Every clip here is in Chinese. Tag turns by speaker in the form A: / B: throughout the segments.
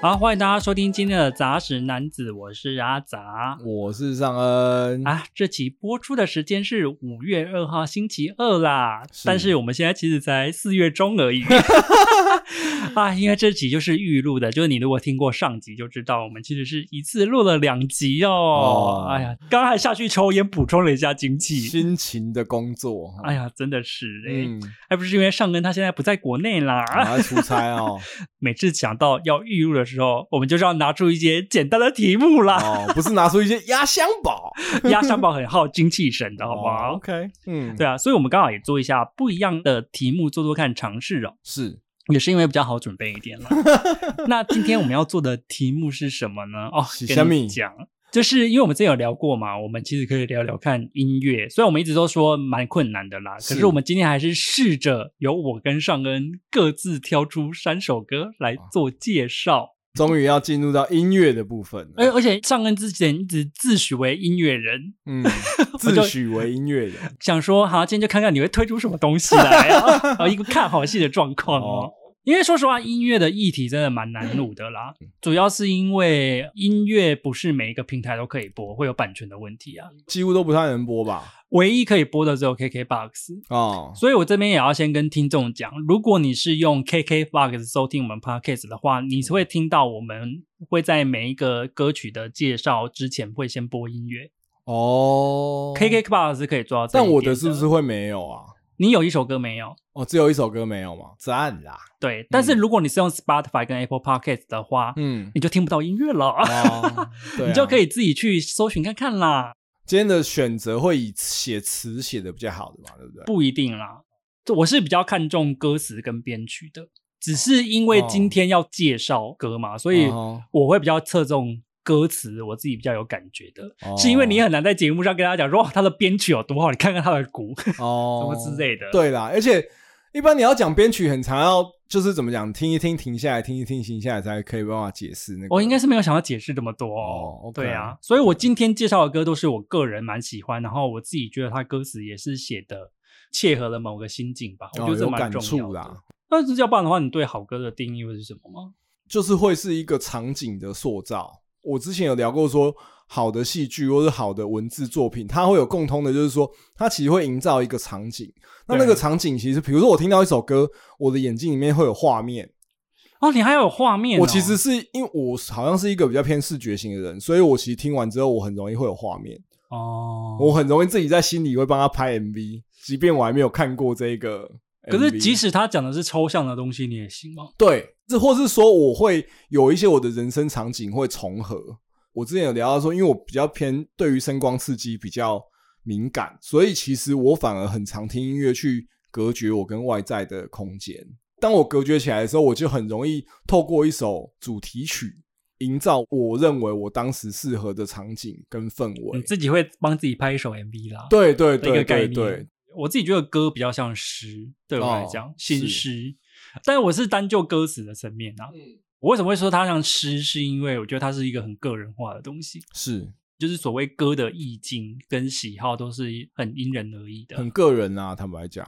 A: 好，欢迎大家收听今天的杂食男子，我是阿杂。
B: 我是尚恩，
A: 啊，这期播出的时间是五月二号星期二啦，
B: 是
A: 但是我们现在其实才四月中而 已。啊，因为这集就是预录的，就是你如果听过上集就知道，我们其实是一次录了两集哦。
B: 哦
A: 哎呀，刚才下去抽烟补充了一下精气，
B: 辛勤的工作，
A: 哎呀，真的是哎、
B: 嗯，
A: 还不是因为上根他现在不在国内啦。
B: 我要出差 哦，
A: 每次讲到要预录的时候，我们就是要拿出一些简单的题目啦。
B: 哦，不是拿出一些压箱宝，
A: 压箱宝很耗精气神啊的，好不好？
B: 哦？OK，嗯，
A: 对啊，所以我们刚好也做一下不一样的题目，做做看尝试哦，
B: 是
A: 也是因为比较好准备一点 了。那今天我们要做的题目是什么呢？哦
B: 是，什
A: 跟
B: 么
A: 你讲，就是因为我们之前有聊过嘛，我们其实可以聊聊看音乐，虽然我们一直都说蛮困难的啦，可
B: 是
A: 是我们今天还是试着由我跟尚恩各自挑出三首歌来做介绍。哎
B: 终于要进入到音乐的部分了，
A: 而而且尚恩之前一直自诩为音乐人，
B: 嗯，
A: 就
B: 自诩为音乐人，
A: 想说，好，今天就看看你会推出什么东西来 啊，啊一个看好戏的状况哦
B: 哦。
A: 因为说实话，音乐的议题真的蛮难录的啦，
B: 嗯
A: 主要是因为音乐不是每一个平台都可以播，会有版权的问题啊。
B: 几乎都不太能播吧？
A: 唯一可以播的只有 KKBOX，
B: 哦，
A: 所以我这边也要先跟听众讲，如果你是用 KKBOX 收听我们 Podcast 的话，你是会听到我们会在每一个歌曲的介绍之前会先播音乐。
B: 哦
A: KKBOX 是可以做到这一
B: 但
A: 点，
B: 我的是不是？会没有啊？
A: 你有一首歌没有？
B: 哦，只有一首歌没有嘛？赞啦，
A: 对，但是如果你是用 Spotify 跟 Apple Podcast 的话，
B: 嗯，
A: 你就听不到音乐了，
B: 哦，对啊，
A: 你就可以自己去搜寻看看啦，
B: 今天的选择会以写词写的比较好的嘛，对不对？
A: 不一定啦。就我是比较看重歌词跟编曲的，只是因为今天要介绍歌嘛，所以
B: 哦
A: 我会比较侧重。歌词我自己比较有感觉的，
B: 哦
A: 是因为你很难在节目上跟大家讲说哇，哦他的编曲有多好，你看看他的鼓 什
B: 哦，
A: 么之类的。，
B: 对啦，而且一般你要讲编曲，很常要就是怎么讲，听一听，停下来，听一听，停下来，才可以办法解释那个。
A: 我哦应该是没有想要解释这么多
B: 哦，OK
A: 对啊，所以我今天介绍的歌都是我个人蛮喜欢，然后我自己觉得它歌词也是写的切合了某个心境吧，我觉
B: 哦
A: 得这
B: 有
A: 蛮
B: 感
A: 重要
B: 触
A: 的。
B: 啦，
A: 但是要不然的话，你对好歌的定义会是什么吗？
B: 就是会是一个场景的塑造。我之前有聊过说。好的戏剧或者好的文字作品，它会有共通的，就是说，它其实会营造一个场景。那那
A: 对
B: 个场景其实，比如说我听到一首歌，我的眼睛里面会有画面，
A: 哦，你还有画面、哦，
B: 我其实是因为我好像是一个比较偏视觉型的人，所以我其实听完之后，我很容易会有画面，
A: 哦，
B: 我很容易自己在心里会帮他拍 MV，即便我还没有看过这个 MV。
A: 可是即使他讲的是抽象的东西，你也行吗？
B: 对，这或是说我会有一些我的人生场景会重合。我之前有聊到说，因为我比较偏对于声光刺激比较敏感，所以其实我反而很常听音乐去隔绝我跟外在的空间。当我隔绝起来的时候，我就很容易透过一首主题曲，营造我认为我当时适合的场景跟氛围。
A: 你自己会帮自己拍一首 MV 啦。
B: 对对
A: 的一个
B: 对
A: 概
B: 对
A: 念。
B: 对，
A: 我自己觉得歌比较像诗，对我来讲，
B: 哦
A: 新
B: 是
A: 诗。但我是单就歌词的层面啊，
B: 嗯
A: 我为什么会说它像诗？是因为我觉得它是一个很个人化的东西，
B: 是
A: 就是所谓歌的意境跟喜好都是很因人而异的
B: 很。个人啊，坦白讲，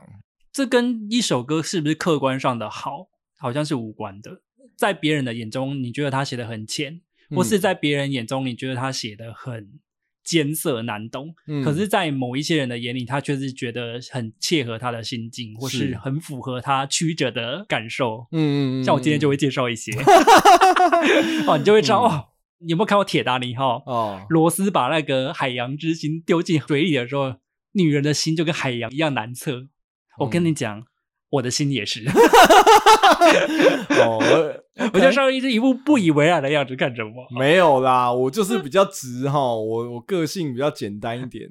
A: 这跟一首歌是不是客观上的好，好像是无关的。在别人的眼中，你觉得他写的很浅，
B: 嗯
A: 或是在别人眼中，你觉得他写的很艰涩难懂，
B: 嗯
A: 可是，在某一些人的眼里，他却是觉得很切合他的心境，或是
B: 是
A: 很符合他曲折的感受。
B: 嗯嗯嗯，
A: 像我今天就会
B: 嗯
A: 介绍一 些，哦，你就会知道、
B: 嗯
A: 哦，你有没有看过《铁达尼号》
B: 哦，
A: 罗斯把那个海洋之心丢进水里的时候，女人的心就跟海洋一样难测。我
B: 嗯
A: 跟你讲，我的心也 是，
B: 哦， 我
A: 我就稍微一副不以为然的样子看着我。
B: 没有啦，我就是比较直哈，我我个性比较简单一点。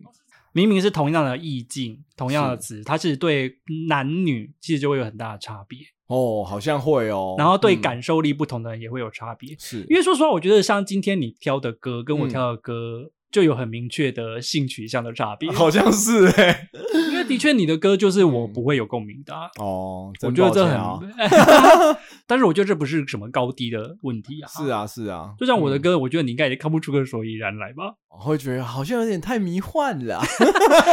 A: 明明是同样的意境、同样的
B: 是
A: 词，它其实对男女其实就会有很大的差别。
B: 哦，好像会哦。
A: 然后对
B: 嗯
A: 感受力不同的人也会有差别。
B: 是
A: 因为说实话，我觉得像今天你挑的歌跟我
B: 嗯
A: 挑的歌就有很明确的性取向的差别，
B: 好像是哎。
A: 因为的确你的歌就是我
B: 嗯
A: 不会有共鸣的啊、
B: 哦，
A: 我
B: 真
A: 觉得
B: 抱
A: 这
B: 歉
A: 很，
B: 啊
A: 但是我觉得这不是什么高低的问题啊。
B: 是，啊是啊，
A: 就像我的
B: 嗯
A: 歌，我觉得你应该也看不出个所以然来吧。
B: 我会觉得好像有点太迷幻了。啊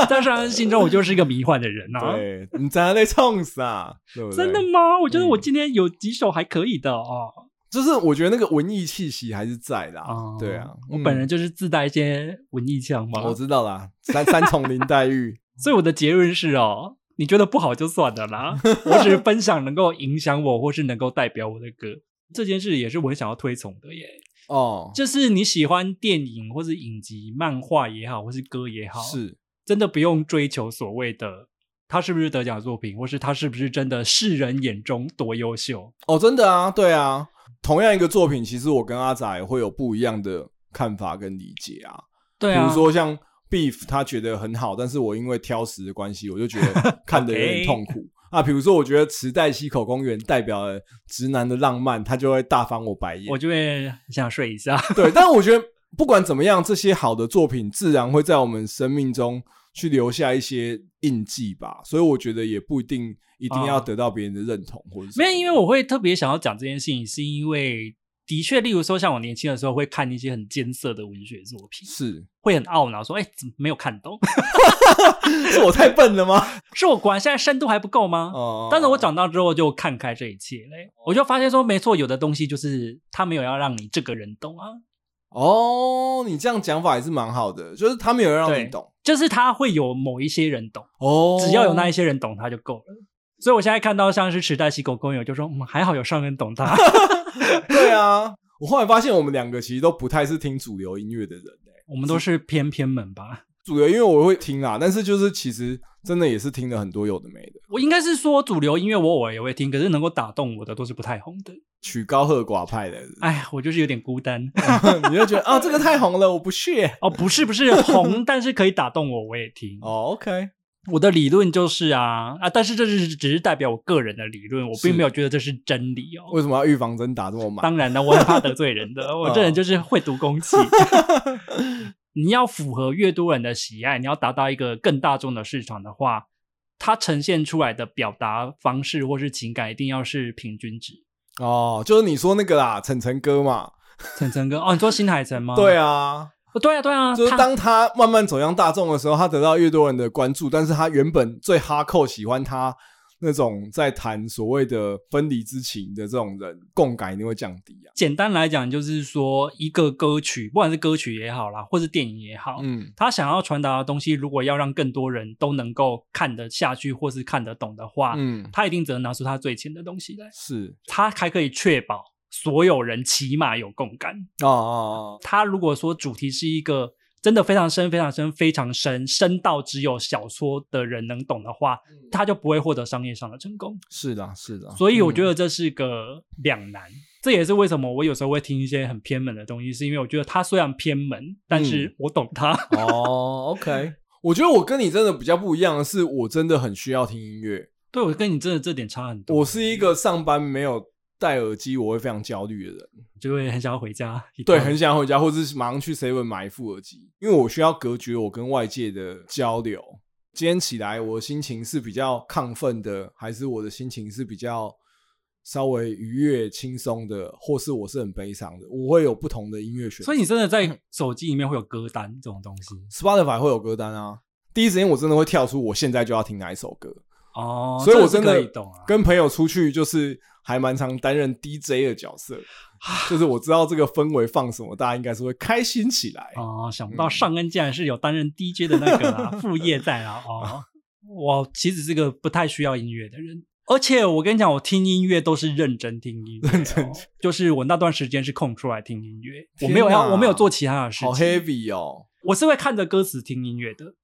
A: 在上恩心中，我就是一个迷幻的人 啊。
B: 对，你在那在冲啥？对不对
A: 真的吗？我觉得我
B: 嗯
A: 今天有几首还可以的哦。
B: 就是我觉得那个文艺气息还是在啦。
A: 哦
B: 对啊，
A: 我
B: 嗯哦
A: 本人就是自带一些文艺腔嘛，
B: 我知道啦，三三重林黛玉，
A: 所以我的结论是哦，你觉得不好就算了啦， 我只是分享能够影响我或是能够代表我的歌。这件事也是我很想要推崇的耶，
B: 哦，
A: 就是你喜欢电影或是影集、漫画也好，或是歌也好，
B: 是
A: 真的不用追求所谓的他是不是得奖作品，或是他是不是真的世人眼中多优秀。
B: 哦，真的啊，对啊，同样一个作品，其实我跟阿仔会有不一样的看法跟理解啊。
A: 对
B: 比如说像 Beef，他觉得很好，但是我因为挑食的关系，我就觉 得看得有点痛苦。啊，比如说，我觉得池袋西口公园代表了直男的浪漫，他就会大翻我白眼。
A: 我就会想睡一下。
B: 对，但我觉得不管怎么样，这些好的作品自然会在我们生命中去留下一些印记吧。所以我觉得也不一定一定要
A: 啊
B: 得到别人的认同，或者是
A: 没有，因为我会特别想要讲这件事情，是因为的确，例如说，像我年轻的时候会看一些很艰涩的文学作品，
B: 是
A: 会很懊恼说：“哎、怎么没有看懂？
B: 是我太笨了吗？
A: 是我果然现在深度还不够吗？”
B: 哦、
A: 但是我长大之后就看开这一切嘞，我就发现说，没错，有的东西就是他没有要让你这个人懂啊，
B: 哦，你这样讲法也是蛮好的，就是他没有让你
A: 对
B: 懂
A: 就是他会有某一些人懂，
B: 哦，
A: 只要有那一
B: 些
A: 些人懂他就够了。所以我现在看到像是池袋西狗公园，我就说，嗯，还好有上人懂 他。
B: 对啊。我后来发现，我们两个其实都不太是听主流音乐的人、欸、
A: 我们都是偏偏门吧。
B: 主流音乐我会听啦，但是就是其实真的也是听了很多有的没的，
A: 我应该是说主流音乐我偶尔也会听，可是能够打动我的都是不太红的。
B: 曲高和寡派的。
A: 哎，我就是有点孤单。
B: 你就觉得啊，这个太红了，我不屑。
A: 哦，不是不是 红，但是可以打动我，我也听。
B: 哦，OK，
A: 我的理论就是啊啊，但是这是只是代表我个人的理论，我
B: 是
A: 并没有觉得这是真理哦。
B: 为什么要预防针打这么满？
A: 当然了，我很怕得罪人的，我
B: 嗯
A: 这人就是会读空气。
B: 哦
A: 你要符合越多人的喜爱，你要达到一个更大众的市场的话，它呈现出来的表达方式或是情感一定要是平均值。
B: 哦，就是你说那个啦，晨晨哥嘛，
A: 晨晨哥，哦，你说新海诚吗？
B: 对啊，
A: 哦，对啊，对啊，
B: 就是
A: 他
B: 当他慢慢走向大众的时候，他得到越多人的关注，但是他原本最哈扣喜欢他那种在谈所谓的分离之情的这种人，共感一定会降低啊。
A: 简单来讲，就是说一个歌曲，不管是歌曲也好啦，或是电影也好，
B: 嗯，
A: 他想要传达的东西，如果要让更多人都能够看得下去或是看得懂的话，
B: 嗯，
A: 他一定只能拿出他最浅的东西来，
B: 是
A: 他还可以确保所有人起码有共感。
B: 哦哦哦，
A: 他如果说主题是一个真的非常深、非常深、非常深，深到只有小说的人能懂的话，
B: 嗯
A: 他就不会获得商业上的成功。
B: 是的，是的。
A: 所以我觉
B: 得，
A: 得这是个两难。这也是为什么我有时候会听一些很偏门的东西，是因为我觉得它虽然偏门，但
B: 嗯
A: 是我懂它。
B: 哦，OK，我觉得我跟你真的比较不一样的是，我真的很需要听音乐。
A: 对我跟你真的这点差很多，
B: 我是一个上班没有戴耳机我会非常焦虑的人，
A: 就会很想要回家一趟。
B: 对，很想回家，或者是马上去 seven 买一副耳机，因为我需要隔绝我跟外界的交流。今天起来，我的心情是比较亢奋的，还是我的心情是比较稍微愉悦、轻松的，或是我是很悲伤的？我会有不同的音乐选择
A: 所以你真的
B: 嗯
A: 在手机里面会有歌单这种东西
B: ，Spotify 会有歌单啊。第一时间我真的会跳出，我现在就要听哪一首歌。
A: 哦，
B: 所以我
A: 这
B: 真
A: 个是
B: 的
A: 可以懂啊。
B: 跟朋友出去，就是还蛮常担任 DJ 的角 色，就是我知道这个氛围放什么，大家应该是会开心起来。
A: 哦，想不
B: 嗯
A: 到上恩竟然是有担任 DJ 的那个 啦，副业在啦。哦，我其实是个不太需要音乐的人，而且我跟你讲，我听音乐都是认真听音乐哦、
B: 认真
A: 就是我那段时间是空出来听音乐，我
B: 天
A: 没有要，
B: 哪
A: 我没有做其他的事
B: 好
A: 情，
B: heavy 哦！
A: 我是会看着歌词听音乐的。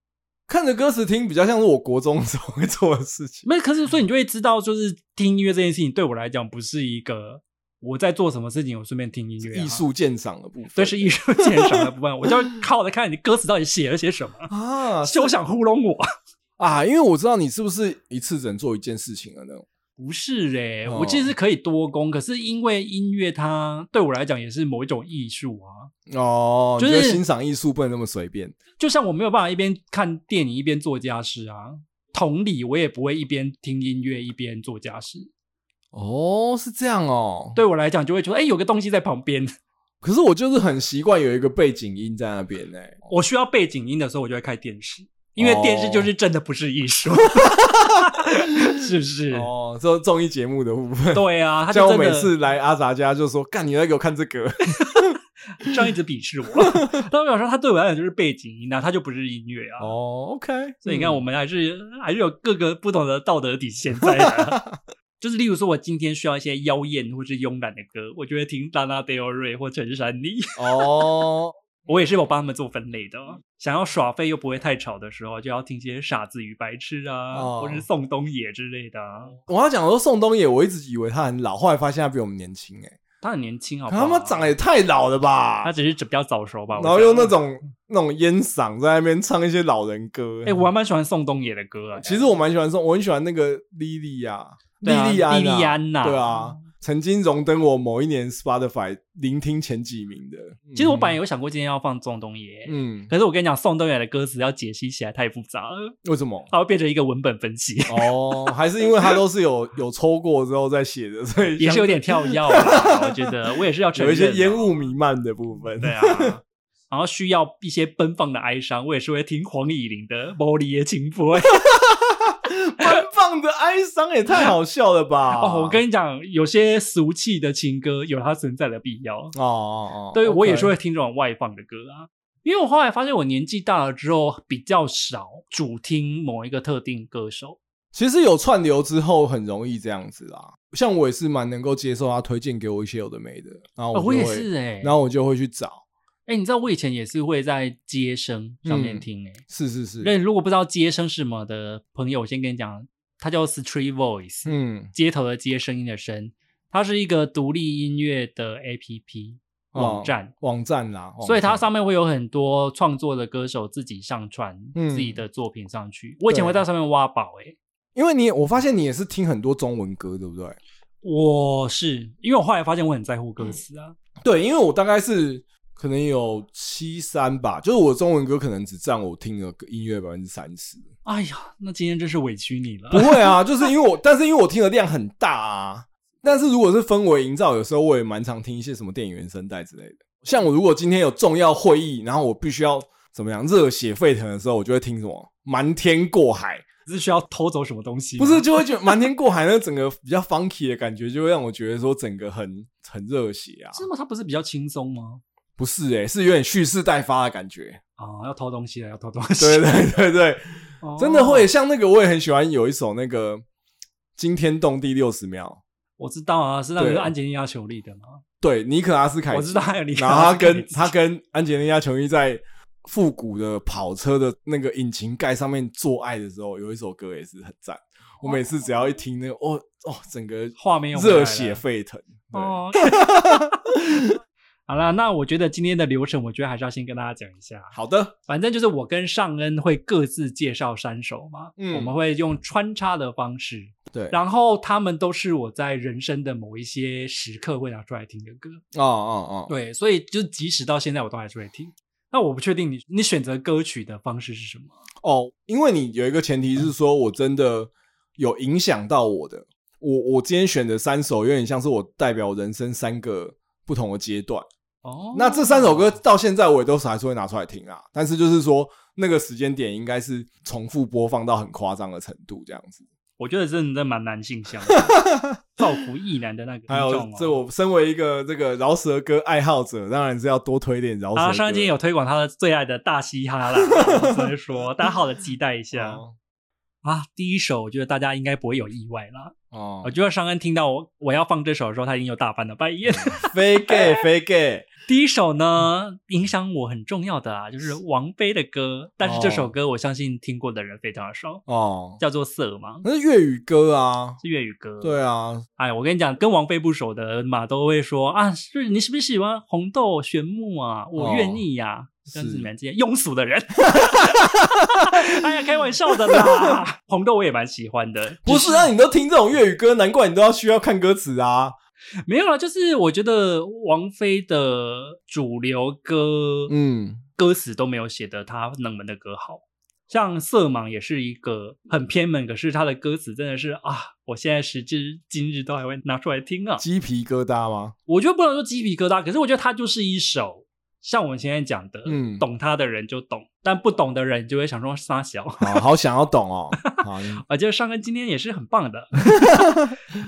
B: 看着歌词听，比较像是我国中的时候会做的 事情。
A: 没有，可是所以你就会知道，就是听音乐这件事情对我来讲不是一个我在做什么事情，我顺便听音乐啊、
B: 艺术鉴赏的部分，
A: 对，是艺术鉴赏的部分，我就靠着看你歌词到底写了些什么，
B: 啊
A: 休想糊弄我。
B: 啊！因为我知道你是不是一次只能做一件事情的那种。
A: 不是嘞、
B: 哦
A: 我其实可以多工，可是因为音乐它对我来讲也是某一种艺术啊。
B: 哦，
A: 就是
B: 你觉得欣赏艺术不能那么随便。
A: 就像我没有办法一边看电影一边做家事啊，同理我也不会一边听音乐一边做家事。
B: 哦，是这样哦。，
A: 对我来讲就会觉得，哎、有个东西在旁边，
B: 可是我就是很习惯有一个背景音在那边呢、
A: 我需要背景音的时候，我就会开电视。因为电视
B: 哦
A: 就是真的不是艺 术，是不是？
B: 哦，这综艺节目的部 分。
A: 对啊，他
B: 像
A: 就
B: 我
A: 真
B: 每
A: 的
B: 次来阿杂家就说：“干，你在给我看这 个。
A: 这样一直鄙视我。 但我想说，他对我来讲就是背景音啊，他就不是音乐”啊。
B: 哦，OK。
A: 所以你看，我们还是、还是有各个不同的道德底线在的。 就是例如说，我今天需要一些妖艳或是慵懒的歌，我就会听拉拉德瑞或陈珊妮。
B: 哦，
A: 我也是有帮他们做分类的哦。想要耍废又不会太吵的时候，就要听些傻子与白痴啊，
B: 哦
A: 或是宋冬野之类的、啊。
B: 我要讲说宋冬野，我一直以为他很老，后来发现他比我们年轻哎、
A: 他很年轻，好
B: 可
A: 不好？
B: 他妈长得也太老了吧！
A: 他只是比较早熟吧。我
B: 然后
A: 觉得
B: 用那，种那种烟嗓在那边唱一些老人歌。
A: 哎、我还蛮喜欢宋冬野的歌啊。
B: 其实我蛮喜欢宋，我很喜欢那个莉莉呀，莉
A: 对啊
B: 莉安啊，
A: 莉莉安哦呐
B: 对啊，曾经荣登我某一年 Spotify 聆听前几名的。
A: 其实我本来有想过今天要放宋冬野，
B: 嗯，
A: 可是我跟你讲，宋冬野的歌词要解析起来太复杂 了，
B: 为什么？
A: 它会变成一个文本分 析，
B: 哦，还是因为他都是有 有抽过之后再写的，所以
A: 也是有点跳跃啦。我觉 得我也是要承
B: 有
A: 认
B: 一
A: 啊
B: 些烟，雾弥漫的部分。
A: 对啊。然后需要一些奔放的哀伤，我也是会听黄以玲的《玻璃夜情 波》
B: 奔放的哀伤也太好笑了吧！
A: 哦。我跟你讲，有些俗气的情歌有它存在的必要。
B: 哦哦哦，
A: 对
B: OK
A: 我也是会听这种外放的歌啊，因为我后来发现我年纪大了之后比较少主听某一个特定歌手。
B: 其实有串流之后很容易这样子啦。像我也是蛮能够接受他推荐给我一些有的没的，然后
A: 哦、
B: 我
A: 我
B: 就
A: 也
B: 会
A: 是哎、
B: 然后我就会去找。
A: 哎、你知道我以前也是会在街声上面
B: 嗯
A: 听哎、
B: 是是是，
A: 那你如果不知道街声是什么的朋友，我先跟你讲，它叫 Street Voice，、
B: 嗯，
A: 街头的街，声音的声，它是一个独立音乐的 APP 网
B: 哦
A: 站，
B: 网站啦，网
A: 所以它
B: 站
A: 上面会有很多创作的歌手自己上传
B: 嗯
A: 自己的作品上去。我以前
B: 对
A: 会在上面挖宝哎、
B: 因为你我发现你也是听很多中文歌，对不对？
A: 我是因为我后来发现我很在乎
B: 嗯
A: 歌词啊，
B: 对，因为我大概是可能有七三吧，就是我中文歌可能只占我听的音乐百分之三十。
A: 哎呀，那今天真是委屈你
B: 不
A: 了。
B: 会啊， 就是因为我，但是因为我听的量很大啊。但是如果是氛围营造，有时候我也蛮常听一些什么电影原声带之类的。像我如果今天有重要会议，然后我必须要怎么样热血沸腾的时候，我就会听什么《瞒天过海》，
A: 是需要偷走什么东西吗？
B: 不是就会觉得《瞒天过海》那整个比较 funky 的感觉，就会让我觉得说整个很很热血啊。
A: 是吗？它不是比较轻松吗？
B: 不是诶、是有点蓄势待发的感觉。
A: 啊，要偷东西了，要偷东西。
B: 对对对对，
A: 哦
B: 真的会像那个，我也很喜欢有一首那个惊天动地六十秒，
A: 我知道啊，是那
B: 对
A: 个安吉丽娜·裘丽的嘛。
B: 对尼可拉斯凯奇，
A: 我知道还有你，
B: 然后他跟他跟安吉丽娜·琼伊在复古的跑车的那个引擎盖上面做爱的时候，有一首歌也是很赞。我每次只要一听那个，哦哦，整个
A: 画面又回来了
B: 热血沸腾。对，
A: 哦。 好啦，那我觉得今天的流程，我觉得还是要先跟大家讲一下。
B: 好的，
A: 反正就是我跟尚恩会各自介绍三首嘛，
B: 嗯
A: 我们会用穿插的方式，
B: 对，哦
A: 然后他们都是我在人生的某一些时刻会拿出来听的歌。
B: 哦哦，
A: 对，所以就即使到现在，我都还是会听。那我不确定你你选择歌曲的方式是什么。
B: 哦，因为你有一个前提是说我真的有影响到我的，我我今天选的三首有点像是我代表人生三个不同的阶段。
A: 哦，
B: 那这三首歌到现在我也都是还是会拿出来听啊，但是就是说那个时间点应该是重复播放到很夸张的程度这样子。
A: 我觉得真的蛮男 性向的，造福异男的那个
B: 还
A: 听
B: 有
A: 众哦。
B: 哎这我身为一个这个饶舌歌爱好者，当然是要多推点饶舌歌。
A: 他啊上一期有推广他的最爱的大嘻哈 啦，我只能说大家好好的期待一下、
B: 哦
A: 啊。第一首我觉得大家应该不会有意外啦。我
B: 哦，
A: 觉得上恩听到我我要放这首的时候，他已经有大翻了白 眼。
B: 非 gay 非 gay，
A: 第一首呢，影响我很重要的啊，就是王菲的歌，但是这首歌我相信听过的人非常少，
B: 哦，
A: 叫做《色盲》，
B: 那是粤语歌啊，
A: 是粤语歌。
B: 对啊，
A: 哎，我跟你讲，跟王菲不熟的嘛，都会说啊，是你是不是喜欢红豆玄木啊？我愿意呀、
B: 哦
A: 像是
B: 是
A: 你们这些庸俗的人。 哎呀，开玩笑的啦，红豆我也蛮喜欢的，
B: 不是啊，你都听这种粤语歌，难怪你都要需要看歌词啊。
A: 没有啦，就是我觉得王菲的主流歌，
B: 嗯，
A: 歌词都没有写的她冷门的歌好。像《色盲》也是一个很偏门，可是她的歌词真的是啊，我现在时至今日都还会拿出来听啊。
B: 鸡皮疙瘩吗？
A: 我觉得不能说鸡皮疙瘩，可是我觉得它就是一首像我们现在讲的，
B: 嗯
A: 懂它的人就懂，但不懂的人就会想说傻小。
B: 好好想要懂哦。好，你
A: 啊，这个上根今天也是很棒的，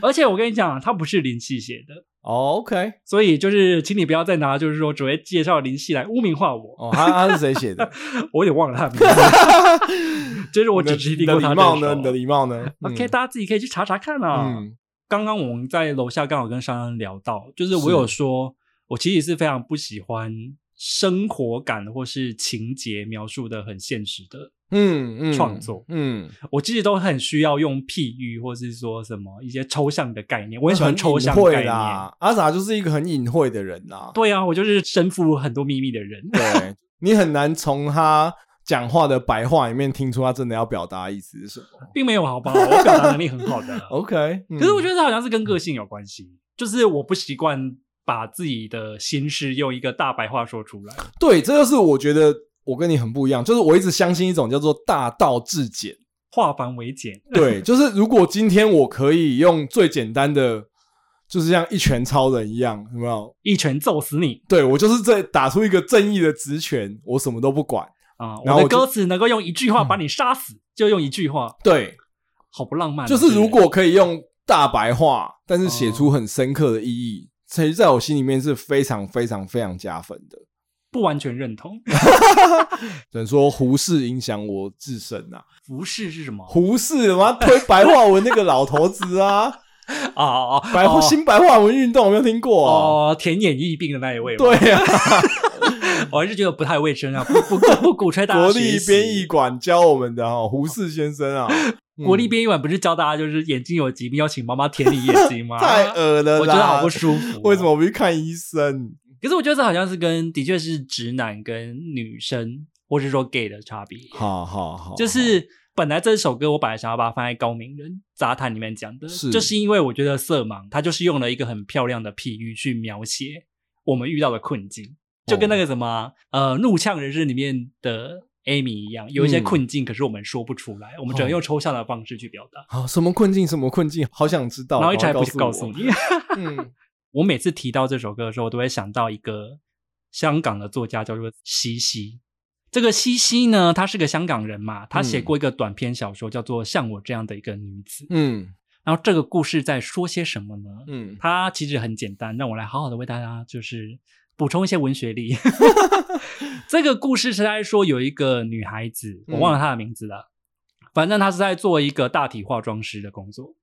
A: 而且我跟你讲，它不是林夕写的，
B: 哦，OK，
A: 所以就是请你不要再拿就是说只会介绍林夕来污名化我，
B: 哦，他他是谁写的？
A: 我有点忘了他的名字， 就是我只
B: 你的
A: 知听过
B: 你
A: 他这
B: 的礼貌
A: 首
B: 呢？你的礼貌呢
A: OK，、大家自己可以去查查看啊。
B: 嗯
A: 刚刚我们在楼下刚好跟商人聊到，就是我有说，我其实是非常不喜欢生活感或是情节描述的很现实的，
B: 嗯嗯，
A: 创作
B: 嗯，
A: 我其实都很需要用譬喻或是说什么一些抽象的概念，我很喜欢抽 象
B: 很隐
A: 概
B: 晦
A: 念。
B: 嗯啦。阿傻就是一个很隐晦的人啦，
A: 对啊，我就是身负很多秘密的人。
B: 对你很难从他讲话的白话里面听出他真的要表达的意思是什么。。
A: 并没有好不好？我表达能力很好的
B: OK，嗯
A: 可是我觉
B: 得
A: 得这好像是跟个性有关系，就是我不习惯把自己的心事用一个大白话说出来。
B: 对，这就是我觉得我跟你很不一样，就是我一直相信一种叫做大道至 简。
A: 化繁为简，
B: 对，就是如果今天我可以用最简单的，就是像一拳超人一样，有没有？
A: 一拳揍死你
B: 对我就是这打出一个正义的直拳，我什么都不管。
A: 啊！
B: 然
A: 我的
B: 后我就嗯
A: 歌词能够用一句话把你杀死，就用一句话，
B: 对，
A: 好不浪漫啊。
B: 就是
A: 对不
B: 如
A: 对
B: 果可以用大白话，但是写
A: 哦
B: 出很深刻的意义，其实在我心里面是非常非常非常加分的。
A: 不完全认同，
B: 只能说胡适影响我自身啊，
A: 服饰是什么？
B: 胡适嘛推白话文那个老头 子啊，
A: 啊啊啊！
B: 白话
A: 哦
B: 新白话文运动有没有听过、啊？
A: 哦，田野疫病的那一位，，
B: 对啊，
A: 我还是觉得不太卫生啊，不不不不鼓吹大家
B: 国
A: 学
B: 立
A: 习
B: 编译馆教我们的哦，胡适先生啊，嗯
A: 国立编译馆不是教大家就是眼睛有疾病要请妈妈舔你眼睛吗？
B: 嗯太恶了啦，
A: 我觉得好不舒服哦、
B: 为什么不去看医生？
A: 可是我觉得这好像是跟的确是直男跟女生，或是说 gay 的差别，
B: 好好好，
A: 就是。本来这首歌我本来想要把它放在高明人杂谈里面讲的，
B: 是
A: 就是因为我觉得色盲他就是用了一个很漂亮的譬喻去描写我们遇到的困境，
B: 哦
A: 就跟那个什么啊、呃《怒呛人生》里面的 Amy 一样，有一些
B: 嗯
A: 困境，可是我们说不出来，我们只能
B: 哦
A: 用抽象的方式去表达，
B: 好、什么困境？什么困境？好想知道。
A: 然后一直还
B: 赶快
A: 不告诉
B: 我
A: 你。
B: 嗯，
A: 我每次提到这首歌的时候，我都会想到一个香港的作家叫做西西。这个西西呢，她是个香港人嘛，她写过一个短篇小说叫做《像我这样的一个女子》。
B: 嗯
A: 然后这个故事在说些什么呢？
B: 嗯，
A: 它其实很简单，让我来好好的为大家就是补充一些文学力。这个故事是在说有一个女孩子，我忘了她的名字了，反正她是在做一个大体化妆师的工作。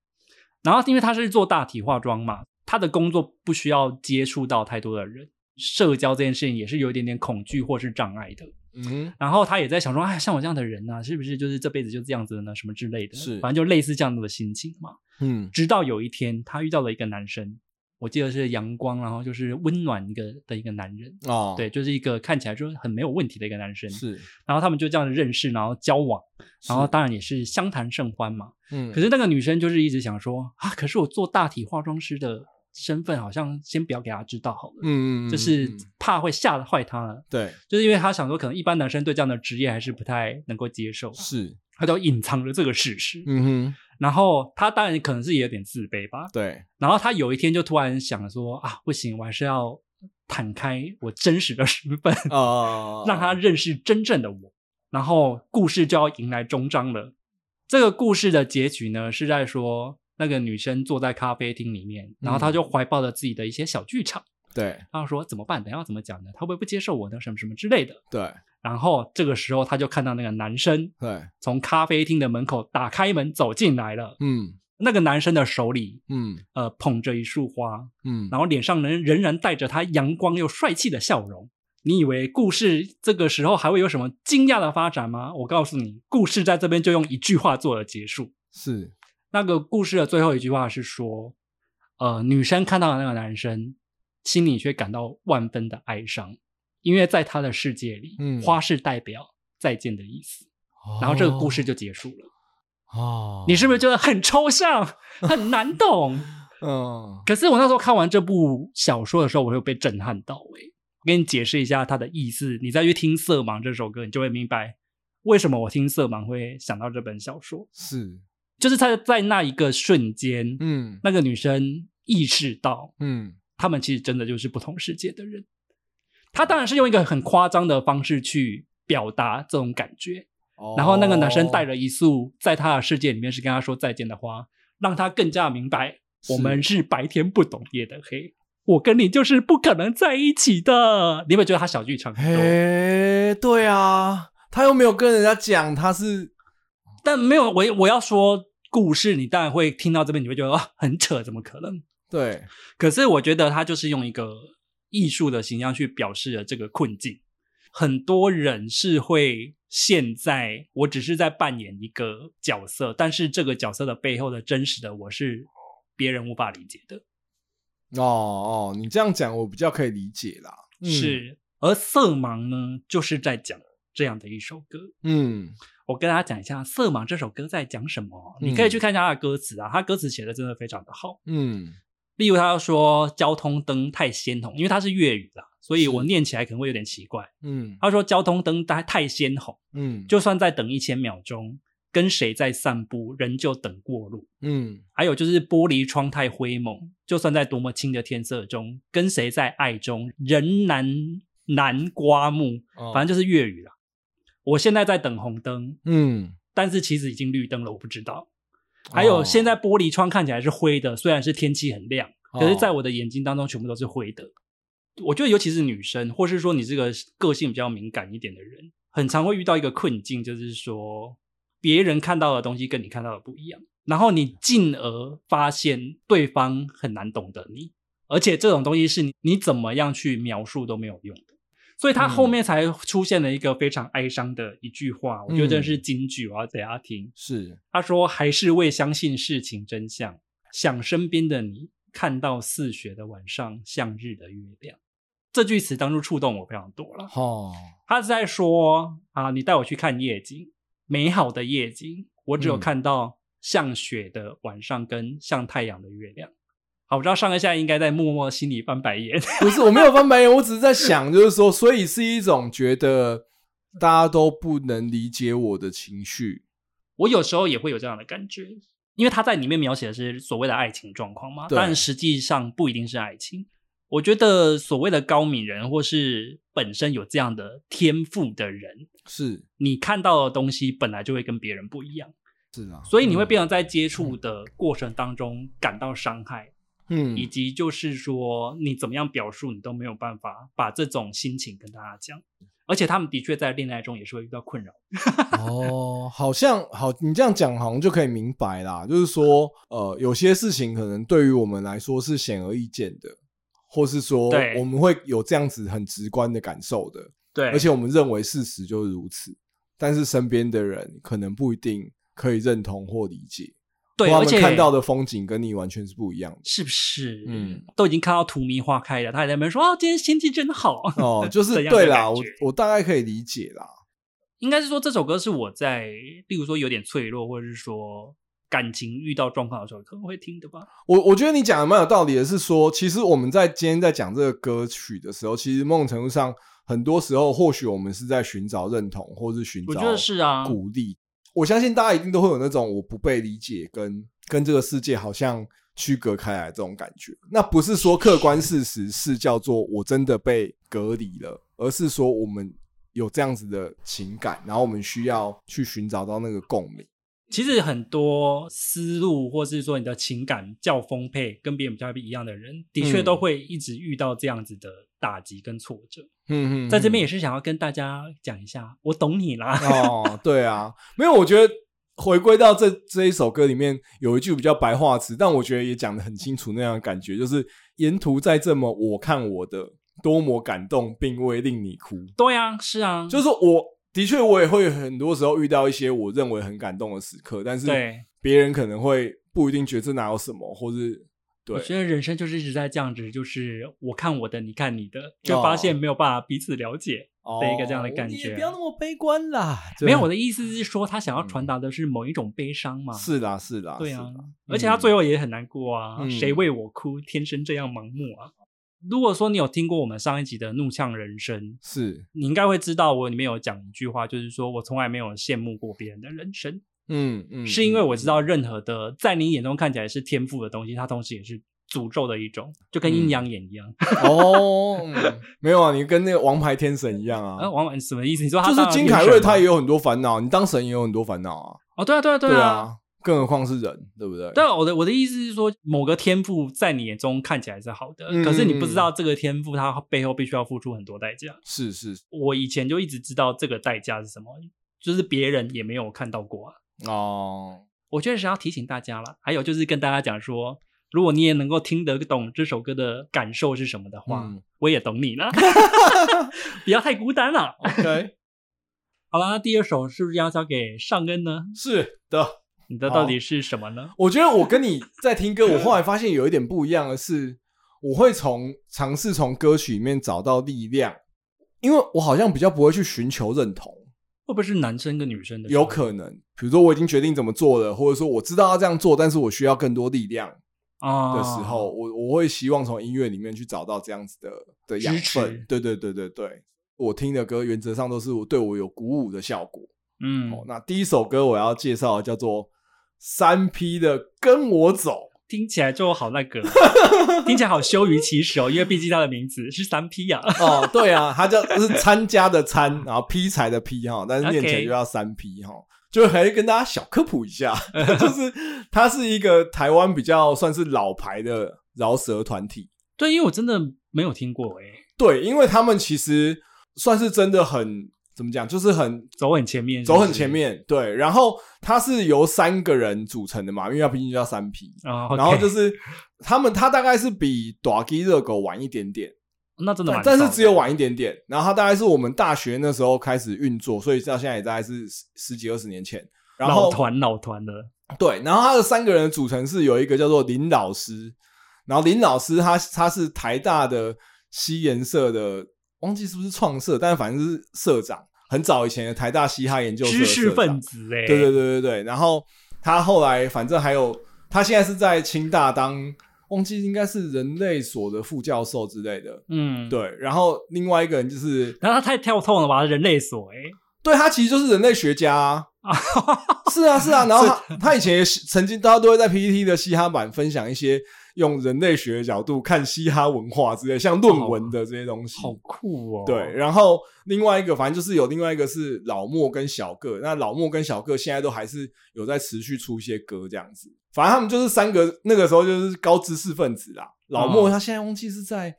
A: 然后因为她是做大体化妆嘛，她的工作不需要接触到太多的人，社交这件事情也是有一点点恐惧或是障碍的。
B: 嗯
A: 然后他也在想说，哎，像我这样的人啊，是不是就是这辈子就这样子了呢？什么之类的，
B: 是
A: 反正就类似这样子的心情嘛。
B: 嗯
A: 直到有一天，他遇到了一个男生，我记得是阳光，然后就是温暖一个的一个男人，
B: 哦，
A: 对，就是一个看起来就是很没有问题的一个男生。
B: 是，
A: 然后他们就这样认识，然后交往，然后当然也是相谈甚欢嘛。
B: 嗯，
A: 可是那个女生就是一直想说啊，可是我做大体化妆师的身份，好像先不要给他知道好了，
B: 嗯嗯，嗯
A: 就是
B: 嗯
A: 怕会吓坏他了。
B: 对
A: 就是因为他想说，可能一般男生对这样的职业还是不太能够接受，
B: 是，
A: 他就隐藏了这个事实。
B: 嗯哼，
A: 然后他当然可能是也有点自卑吧，
B: 对，
A: 然后他有一天就突然想说啊，不行，我还是要坦开我真实的身份，
B: 啊，
A: 让他认识真正的我。然后故事就要迎来终章了。这个故事的结局呢，是在说那个女生坐在咖啡厅里面，然后她就怀抱着自己的一些小剧场，
B: 对
A: 她说怎么办？等一下要怎么讲呢？她会不会接受我呢？什么什么之类的。
B: 对
A: 然后这个时候，她就看到那个男生
B: 对，
A: 从咖啡厅的门口打开门走进来了。
B: 嗯
A: 那个男生的手里
B: 嗯
A: 呃捧着一束花，
B: 嗯，
A: 然后脸上仍仍然带着他阳光又帅气的笑容。你以为故事这个时候还会有什么惊讶的发展吗？我告诉你，故事在这边就用一句话做了结束。
B: 是，
A: 那个故事的最后一句话是说，呃，女生看到了那个男生，心里却感到万分的哀伤，因为在他的世界里，
B: 嗯
A: 花是代表再见的意思。然后这个故事就结束了。
B: 哦，
A: 你是不是觉得很抽象、 很难懂？
B: 嗯
A: 可是我那时候看完这部小说的时候，我有被震撼到诶、我给你解释一下它的意思，你再去听《色盲》这首歌，你就会明白为什么我听《色盲》会想到这本小说。
B: 是，
A: 就是他在那一个瞬间，
B: 嗯
A: 那个女生意识到
B: 嗯
A: 他们其实真的就是不同世界的人。他当然是用一个很夸张的方式去表达这种感觉。然后那个男生带
B: 着
A: 了一束在他的世界里面是跟他说再见的花，让他更加明白
B: 是
A: 我们是白天不懂夜的黑，我跟你就是不可能在一起的。你有没有觉得他小剧场很多？
B: 嘿，对啊，他又没有跟人家讲他是
A: 但没有，我我要说故事，你当然会听到这边，你会觉得啊很扯，怎么可能？
B: 对，
A: 可是我觉得他就是用一个艺术的形象去表示了这个困境。很多人是会陷在我只是在扮演一个角色，但是这个角色的背后的真实的我是别人无法理解的。
B: 哦哦，你这样讲我比较可以理解啦。嗯，
A: 是，而色盲呢，就是在讲这样的一首歌。
B: 嗯，
A: 我跟大家讲一下《色盲》这首歌在讲什么，哦
B: 嗯
A: 你可以去看一下它的歌词啊，它歌词写的真的非常的好。
B: 嗯，
A: 例如他说交通灯太鲜红，因为它是粤语啦，所以
B: 是
A: 我念起来可能会有点奇怪。
B: 嗯，
A: 他说交通灯太太鲜红，
B: 嗯，
A: 就算再等一千秒钟，跟谁在散步，仍旧等过路。
B: 嗯，
A: 还有就是玻璃窗太灰蒙，就算在多么清的天色中，跟谁在爱中，仍难难刮目。
B: 哦
A: 反正就是粤语啦。我现在在等红灯，
B: 嗯，
A: 但是其实已经绿灯了，我不知道。还有
B: 哦
A: 现在玻璃窗看起来是灰的，虽然是天气很亮，
B: 哦
A: 可是在我的眼睛当中全部都是灰的。我觉得尤其是女生，或是说你这个个性比较敏感一点的人，很常会遇到一个困境，就是说别人看到的东西跟你看到的不一样，然后你进而发现对方很难懂得你，而且这种东西是你你怎么样去描述都没有用的。所以他后面才出现了一个非常哀伤的一句话，我觉得这是金句，我要给大家听。
B: 是，
A: 他说：“还是未相信事情真相，想身边的你看到似雪的晚上，向日的月亮。”这句词当初触动我非常多了。
B: 哦，
A: 他是在说啊，你带我去看夜景，美好的夜景，我只有
B: 嗯
A: 看到像雪的晚上跟像太阳的月亮。好，我知道上个下应该在默默心里翻白眼。
B: 不是，我没有翻白眼，我只是在想，就是说，所以是一种觉得大家都不能理解我的情绪。
A: 我有时候也会有这样的感觉，因为他在里面描写的是所谓的爱情状况嘛，
B: 对
A: 但实际上不一定是爱情。我觉得所谓的高敏人或是本身有这样的天赋的人，
B: 是
A: 你看到的东西本来就会跟别人不一样，
B: 是啊，
A: 所以你会变成在接触的过程当中感到伤害，
B: 嗯
A: 以及就是说你怎么样表述，你都没有办法把这种心情跟大家讲。而且他们的确在恋爱中也是会遇到困扰。
B: 哦，好像好，你这样讲好像就可以明白啦。就是说，呃，有些事情可能对于我们来说是显而易见的，或是说
A: 对
B: 我们会有这样子很直观的感受的，
A: 对
B: 而且我们认为事实就是如此，但是身边的人可能不一定可以认同或理解，
A: 对，
B: 或
A: 而
B: 他
A: 且
B: 们看到的风景跟你完全是不一样的。
A: 是不是？
B: 嗯
A: 嗯，都已经看到荼蘼花开了，他还在那边说啊，今天天气真好。
B: 哦，就是
A: 这样的
B: 对啦，
A: 感
B: 我
A: 觉
B: 我大概可以理解啦。
A: 应该是说这首歌是我在，例如说有点脆弱，或者是说感情遇到状况的时候，可能会听的吧。
B: 我我觉得你讲的蛮有道理的，是说，其实我们在今天在讲这个歌曲的时候，其实某种程度上，很多时候或许我们是在寻找认同，或是寻
A: 我
B: 找
A: 觉得是啊，
B: 鼓励。我相信大家一定都会有那种我不被理解跟，跟这个世界好像区隔开来这种感觉。那不是说客观事实是叫做我真的被隔离了，而是说我们有这样子的情感，然后我们需要去寻找到那个共鸣。
A: 其实很多思路，或是说你的情感较丰沛，跟别人比较不一样的人，的确
B: 嗯
A: 都会一直遇到这样子的打击跟挫折。
B: 嗯嗯，
A: 在这边
B: 嗯
A: 也是想要跟大家讲一下，我懂你 啦。
B: 哦，对啊，没有，我觉得回归到这这一首歌里面有一句比较白话词，但我觉得也讲得很清楚那样的感觉，就是沿途在这么我看我的多么感动，并未令你哭，
A: 对啊，是啊，
B: 就是我。的确，我也会很多时候遇到一些我认为很感动的时刻，但是
A: 对。
B: 别人可能会不一定觉得这哪有什么，或是对
A: 我觉得人生就是一直在这样子，就是我看我的，你看你的，就发
B: 哦
A: 现没有办法彼此了解。的一个这样的
B: 哦
A: 感
B: 你也
A: 觉
B: 不要那么悲观啦。
A: 没有，我
B: 的
A: 的意思是说，他想要传达的是某一种悲伤嘛？，
B: 嗯是啦，是啦，
A: 对
B: 是
A: 啊
B: 啦。
A: 而且他最后也很难过啊，
B: 嗯
A: 谁为我哭？天生这样盲目啊！如果说你有听过我们上一集的《怒呛人生》，
B: 是，
A: 你应该会知道我里面有讲一句话，就是说我从来没有羡慕过别人的人生，
B: 嗯嗯，
A: 是因为
B: 嗯
A: 我知道任何的在你眼中看起来是天赋的东西，它同时也是诅咒的一种，就跟
B: 嗯
A: 阴阳眼一样。
B: 哦，嗯没有啊，你跟那个王牌天神一样
A: 啊，
B: 啊，
A: 王婉什么意思？你说他
B: 就是
A: 当了
B: 金
A: 天啊
B: 凯
A: 神
B: 瑞
A: 吗
B: 他也有很多烦恼，你当神也有很多烦恼啊，
A: 哦，对啊，对啊，对啊。
B: 啊，更何况是人，对不对？
A: 但我的我的意思是说，某个天赋在你眼中看起来是好的，
B: 嗯
A: 可是你不知道这个天赋它背后必须要付出很多代价。
B: 是是
A: 我以前就一直知道这个代价是什么，就是别人也没有看到过啊。
B: 哦，
A: 我确实要提醒大家了，还有就是跟大家讲说，如果你也能够听得懂这首歌的感受是什么的话，
B: 嗯
A: 我也懂 你了，不要太孤单了。
B: ，OK，
A: 好啦，那第二首是不是要交给尚恩呢？
B: 是的。
A: 你的
B: 好
A: 到底是什么呢？
B: 我觉得我跟你在听歌，我后来发现有一点不一样的是，我会从尝试从歌曲里面找到力量，因为我好像比较不会去寻求认同。
A: 会不会是男生跟女生的？
B: 有可能，比如说我已经决定怎么做了，或者说我知道要这样做，但是我需要更多力量
A: 啊
B: 的时候，，我我会希望从音乐里面去找到这样子的的养
A: 支持
B: 分。对对对对对，我听的歌原则上都是我对我有鼓舞的效果。
A: 嗯，
B: 哦，那第一首歌我要介绍的叫做三 P 的《跟我走
A: 听起来就好那 个，听起来好羞于启齿哦，因为毕竟他的名字是三 P 呀、》
B: 哦，对啊，它叫是参加的参，然后劈柴的劈哈，但是念起来
A: OK
B: 就叫三 P 哈。就还跟大家小科普一下， 就是它是一个台湾比较算是老牌的饶舌团体，
A: 对，因为我真的没有听过哎、
B: 对，因为他们其实算是真的很怎么讲，就是很
A: 走很前面是不
B: 走
A: 是
B: 很前面，对。然后它是由三个人组成的嘛，因为它毕竟叫三 P，
A: 啊、
B: 然后就是是他们，他大概是比短鸡热狗晚一点点，
A: 那真的
B: 但
A: 蛮少的，
B: 但是只有晚一点点。然后他大概是我们大学那时候开始运作，所以到现在也大概是十十几二十年前。然
A: 老
B: 后
A: 团老团的，
B: 对，然后他的三个人的组成是有一个叫做林老师，然后林老师他他是台大的西研社的，忘记是不是创社，但反正是社长，很早以前的台大嘻哈研究社的
A: 知识
B: 社长
A: 分子哎、
B: 对对对对对。然后他后来反正还有，他现在是在清大当，忘记应该是人类所的副教授之类的。
A: 嗯，。
B: 对，然后另外一个人就是，
A: 然后他太跳痛了吧，人类所哎、
B: 对他其实就是人类学家 啊，是啊是啊。然后他他以前也是曾经，大家都会在 PPT 的嘻哈版分享一些用人类学的角度看嘻哈文化之类，像论文的这些东西。
A: 好酷哦。
B: 对，，然后另外一个，反正就是有另外一个是老莫跟小个，那老莫跟小个现在都还是有在持续出一些歌这样子。反正他们就是三个，那个时候就是高知识分子啦。
A: 嗯
B: 老莫他现在忘记是在，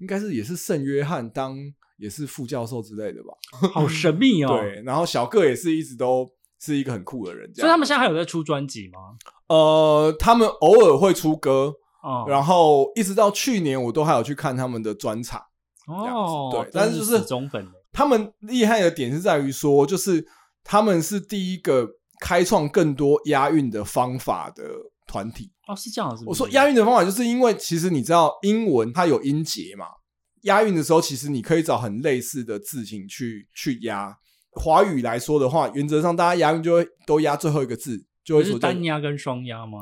B: 应该是也是圣约翰当也是副教授之类的吧。
A: 好神秘哦。，
B: 对，然后小个也是一直都是一个很酷的人这样。
A: 所以他们现在还有在出专辑吗？
B: 呃，他们偶尔会出歌，
A: 哦，
B: 然后一直到去年我都还有去看他们的专场。这样子
A: 哦，
B: 对
A: 真
B: 但是就是
A: 死忠粉欸
B: 他们厉害的点是在于说，就是他们是第一个开创更多押韵的方法的团体。
A: 哦，是这样子。
B: 我说押
A: 韵，
B: 韵的方法，就是因为其实你知道英文它有音节嘛，押韵的时候其实你可以找很类似的字形去去押。华语来说的话，原则上大家押韵就会都押最后一个字，就
A: 不
B: 会
A: 是
B: 说
A: 单压跟双压吗？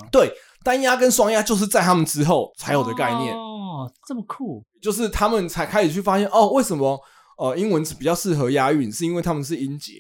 B: 单押跟双押，就是在他们之后才有的概念。
A: 哦，这么酷，
B: 就是他们才开始去发现哦，为什么呃英文是比较适合押韵，是因为他们是音节，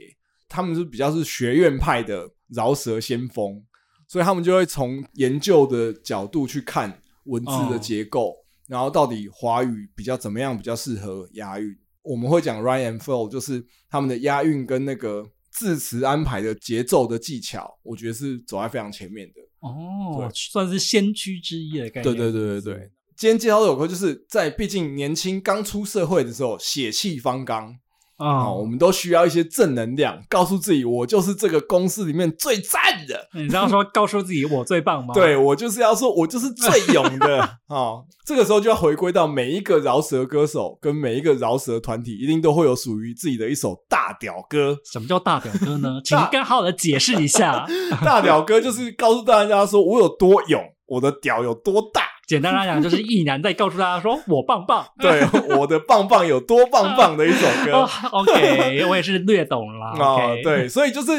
B: 他们是比较是学院派的饶舌先锋，所以他们就会从研究的角度去看文字的结构，然后到底华语比较怎么样比较适合押韵。我们会讲 Ryan f o l 就是他们的押韵跟那个字词安排的节奏的技巧，我觉得是走在非常前面的。
A: 哦
B: 对，
A: 算是先驱之一的概
B: 对
A: 念。
B: 对对对对。今天介绍这首歌，就是在毕竟年轻刚出社会的时候，血气方刚啊、我
A: 哦，
B: 们都需要一些正能量，告诉自己我就是这个公司里面最赞的，
A: 你知道说告诉自己我最棒吗？
B: 对我就是要说我就是最 勇的哦。这个时候就要回归到每一个饶舌歌手跟每一个饶舌团体，一定都会有属于自己的一首大屌 歌。
A: 什么叫大表哥呢？请更好的解释一 下。
B: 大屌歌就是告诉大家说我有多勇，我的屌有多大。
A: 简单来讲，就是意男在告诉大家说我棒棒。
B: 对，啊我的棒棒有多棒棒的一首歌。
A: 哦 OK，我也是略懂 啦。
B: 哦
A: OK，，
B: 对，所以就是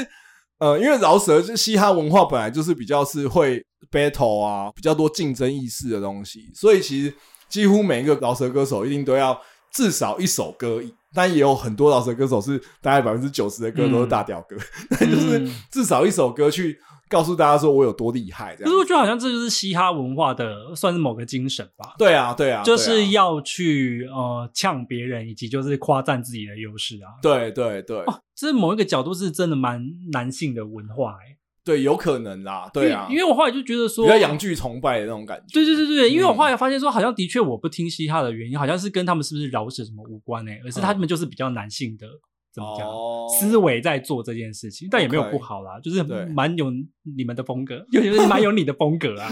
B: 呃，因为饶舌就嘻哈文化本来就是比较是会 battle 啊，比较多竞争意识的东西，所以其实几乎每一个饶舌歌手一定都要至少一首歌，但也有很 多饶舌歌手是大概百分之九十的歌都是大屌歌，但就是
A: 嗯
B: 至少一首歌去告诉大家说我有多厉害这
A: 可是我
B: 样。
A: 觉得好像这就是嘻哈文化的，算是某个精神吧，
B: 对啊，对啊，
A: 就是
B: 要
A: 要去呃呛别人，以及就是夸赞自己的优势啊。
B: 对对对
A: 哦，这某一个角度是真的蛮男性的文化哎、
B: 对，有可能啦，对啊，
A: 因为因为我后来就觉得说
B: 比，较洋剧崇拜的那种感觉。
A: 对对对对，因为我
B: 嗯
A: 后来发现说，好像的确我不听嘻哈的原因，好像是跟他们是不是饶舌什么无关哎、而是他们就是比较男性的、怎么讲、
B: 嗯哦，
A: 思维在做这件事情，但也没有
B: OK
A: 不好啦就是
B: 对
A: 蛮有你们的风格， 尤其是蛮有你的风格啊。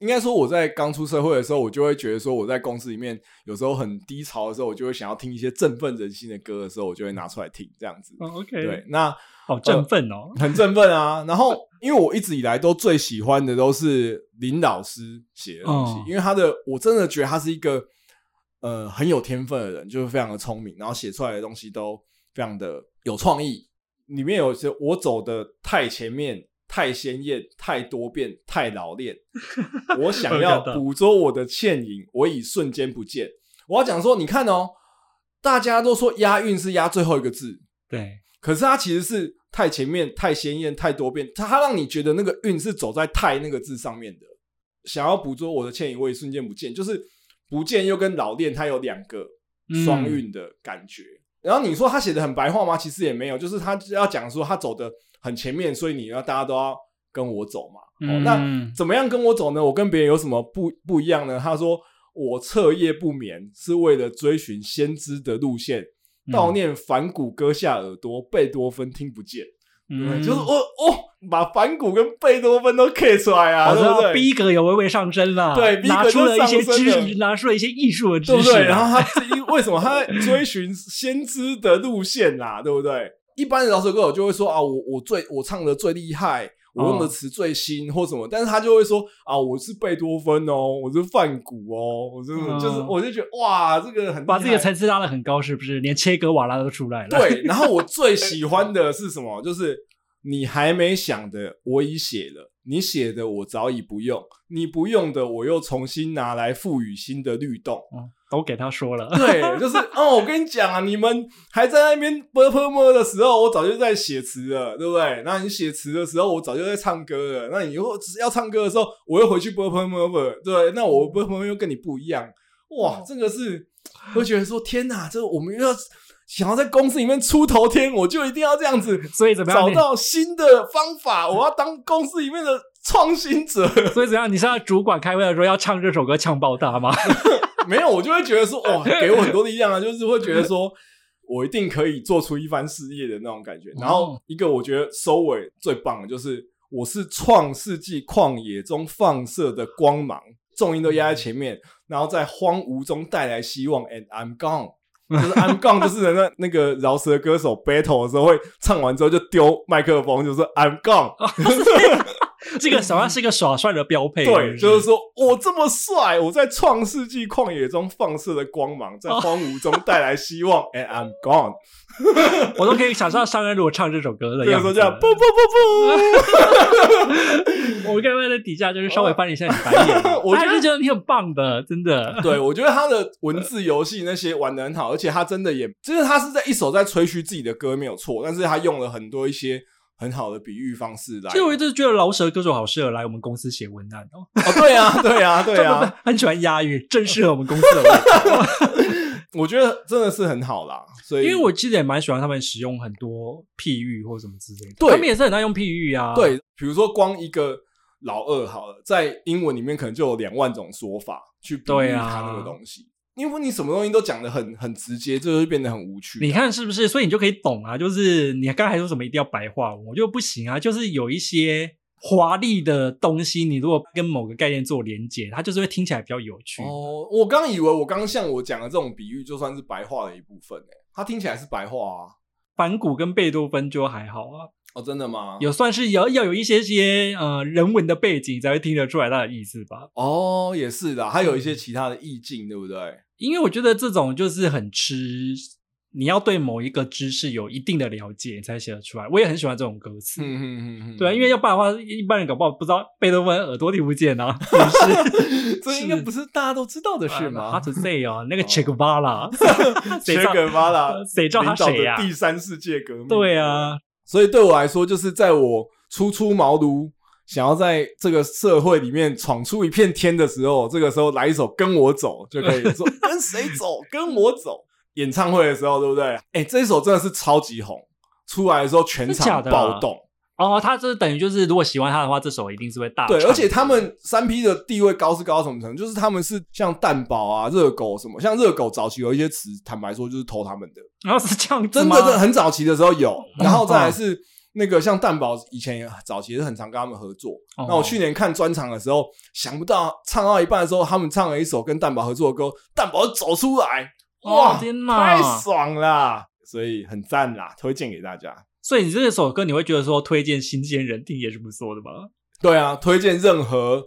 B: 应该说我在刚出社会的时候，我就会觉得说我在公司里面有时候很低潮的时候，我就会想要听一些振奋人心的歌的时候，我就会拿出来听这样子。
A: 哦 OK，
B: 对，，呃那
A: 好振奋哦。
B: 很振奋啊。然后，因为我一直以来都最喜欢的都是林老师写的东西，
A: 嗯
B: 因为他的我真的觉得他是一个呃很有天分的人，就是非常的聪明，然后写出来的东西都非常的有创意。里面有些我走的太前面、太鲜艳、太多变、太老练，我想要捕捉我的倩影，我已瞬间不见。我要讲说，你看哦，大家都说押韵是押最后一个字，
A: 对，
B: 可是它其实是太前面、太鲜艳、太多变，它它让你觉得那个韵是走在“太”那个字上面的。想要捕捉我的倩影，我也瞬间不见，就是不见又跟老练它有两个
A: 嗯
B: 双韵的感觉。然后你说他写的很白话吗？其实也没有，就是他要讲说他走的很前面，所以你要大家都要跟我走嘛。哦，那
A: 嗯
B: 怎么样跟我走呢？我跟别人有什么不不一样呢？他说我彻夜不眠是为了追寻先知的路线，
A: 嗯
B: 悼念反骨割下耳朵，贝多芬听不见，
A: 嗯
B: 对，就是哦哦，把反骨跟贝多芬都 K 出来啊，
A: 好
B: 对
A: 像
B: 不对？
A: 逼格有微微上升了，
B: 对逼格
A: 拿出了一些
B: 就上
A: 知
B: 升了
A: 识，拿出了一些艺术的知
B: 对不
A: 识啊，
B: 对？然后他自己为什么他在追寻先知的路线啦、对不对？一般的饶舌歌手就会说啊，我我最我唱的最厉害，我用的词最新或什么，但是他就会说啊，我是贝多芬哦，我是梵谷哦，我真的、
A: 嗯
B: 就是我就觉得哇，这个很厉害
A: 把自己的层次拉得很高，是不是？连切格瓦拉都出来了，，
B: 对，然后我最喜欢的是什么？就是你还没想的，我已写了；你写的，我早已不用；你不用的，我又重新拿来赋予新的律动。
A: 都给他说了，
B: 对，就是哦，我跟你讲啊，你们还在那边啵啵么的时候，我早就在写词了，对不对？那你写词的时候，我早就在唱歌了。那你又要唱歌的时候，我又回去啵啵么啵，对不对，那我啵啵又跟你不一样。
A: 哦
B: 哇，这个是会觉得说，天哪，这我们要想要在公司里面出头天，我就一定要这样子
A: 所以怎么样？
B: 找
A: 你
B: 到新的方法，我要当公司里面的创新者。
A: 所以怎样？你是 要主管开会的时候要唱这首歌唱爆大 吗？
B: 没有，我就会觉得说，哇，给我很多力量啊，就是会觉得说我一定可以做出一番事业的那种感觉。然后一个我觉得收尾最棒的就是，我是创世纪旷野中放射的光芒，重音都压在前面，然后在荒芜中带来希望。And I'm gone。就是 I'm gone，就是那那个饶舌歌手 battle 的时候会唱完之后就丢麦克风，就说 I'm gone，
A: 这个好像是一个耍帅的标配，
B: 对，就是
A: 是
B: 说我这么帅，我在创世纪旷野中放射的光芒，在荒芜中带来希望。and
A: 哦
B: I'm gone，
A: 我都可以想象上恩如果唱这首歌的
B: 这个
A: 样
B: 时候
A: 子。啊
B: 这样，不不不
A: 我刚刚在底下就是稍微翻了一下你白眼啊，
B: 我觉得
A: 但还是觉得你很棒的，真的
B: 不。。对，我觉得他的文字游戏那些玩的很好，而且他真的也，就是他是在一手在吹嘘自己的歌没有错，但是他用了很多一些很好的比喻方式来。
A: 其实我一直觉得饶舌歌手好适合来我们公司写文案哦，
B: 哦，对啊，对 啊，对
A: 他们
B: 啊，
A: 很喜欢押韵，正适合我们公司的 味道。
B: 我觉得真的是很好啦。所以，
A: 因为我记得也蛮喜欢他们使用很多譬喻或什么之类的，
B: 对
A: 他们也是很爱用譬喻啊。，
B: 对，比如说光一个老二好了，在英文里面可能就有两万种说法去比
A: 对
B: 喻
A: 啊
B: 它那个东西。因为你什么东西都讲的很很直接，这就会变得很无趣啊、
A: 你看是不是？所以你就可以懂啊，就是你刚才说什么一定要白话文，我就不行啊，就是有一些。华丽的东西，你如果跟某个概念做连接，它就是会听起来比较有趣。
B: 哦，我刚以为我刚像我讲的这种比喻，就算是白话的一部分、欸、它听起来是白话啊。
A: 反骨跟贝多芬就还好啊，
B: 哦，真的吗？
A: 有算是有要有一些些呃人文的背景才会听得出来它的意思吧。
B: 哦，也是的，它有
A: 嗯
B: 一些其他的意境，对不对？
A: 因为我觉得这种就是很吃，你要对某一个知识有一定的了解你才写得出来。我也很喜欢这种歌词，
B: 嗯嗯嗯，
A: 对啊，因为要不然的话，一般人搞不好不知道贝多芬耳朵听不见啊，是不是？哎
B: 这应该不是大家都知道的事
A: 呃他
B: 吗？
A: 只 say 哦，那个 c h e g u e r a 谁
B: 切
A: 知道
B: 格巴拉
A: 谁知道他谁呀啊
B: 领导的第三世界革命，
A: 对啊，
B: 所以对我来说，就是在我初出茅庐，想要在这个社会里面闯出一片天的时候，这个时候来一首《跟我走》就 可以说跟谁走，跟我走。演唱会的时候，对不对？哎、这首真的是超级红，出来的时候全
A: 真假
B: 场
A: 的啊
B: 暴动。
A: 哦，他这等于就是，如果喜欢他的话，这首一定是会大
B: 对，
A: 唱
B: 而且他 们三 P 的地位高是高到什么程度？就是他们是像蛋堡啊、热狗什么，像热狗早期有一些词，坦白说就是偷他们的，
A: 然哦后是这样子
B: 真
A: 吗
B: 的真的很早期的时候有，然后再来
A: 嗯
B: 是那个像蛋堡以前也早期也是很常跟他们合作。
A: 哦
B: 那我去年看专场的时候，想不到唱到一半的时候，他们唱了一首跟蛋堡合作的歌，蛋堡走出来，
A: 哇哦
B: 哇，
A: 天哪！
B: 太爽啦！所以很赞啦，推荐给大家。
A: 所以你这首歌，你会觉得说推荐新鲜人听也是不错的吧？
B: 对啊，推荐任何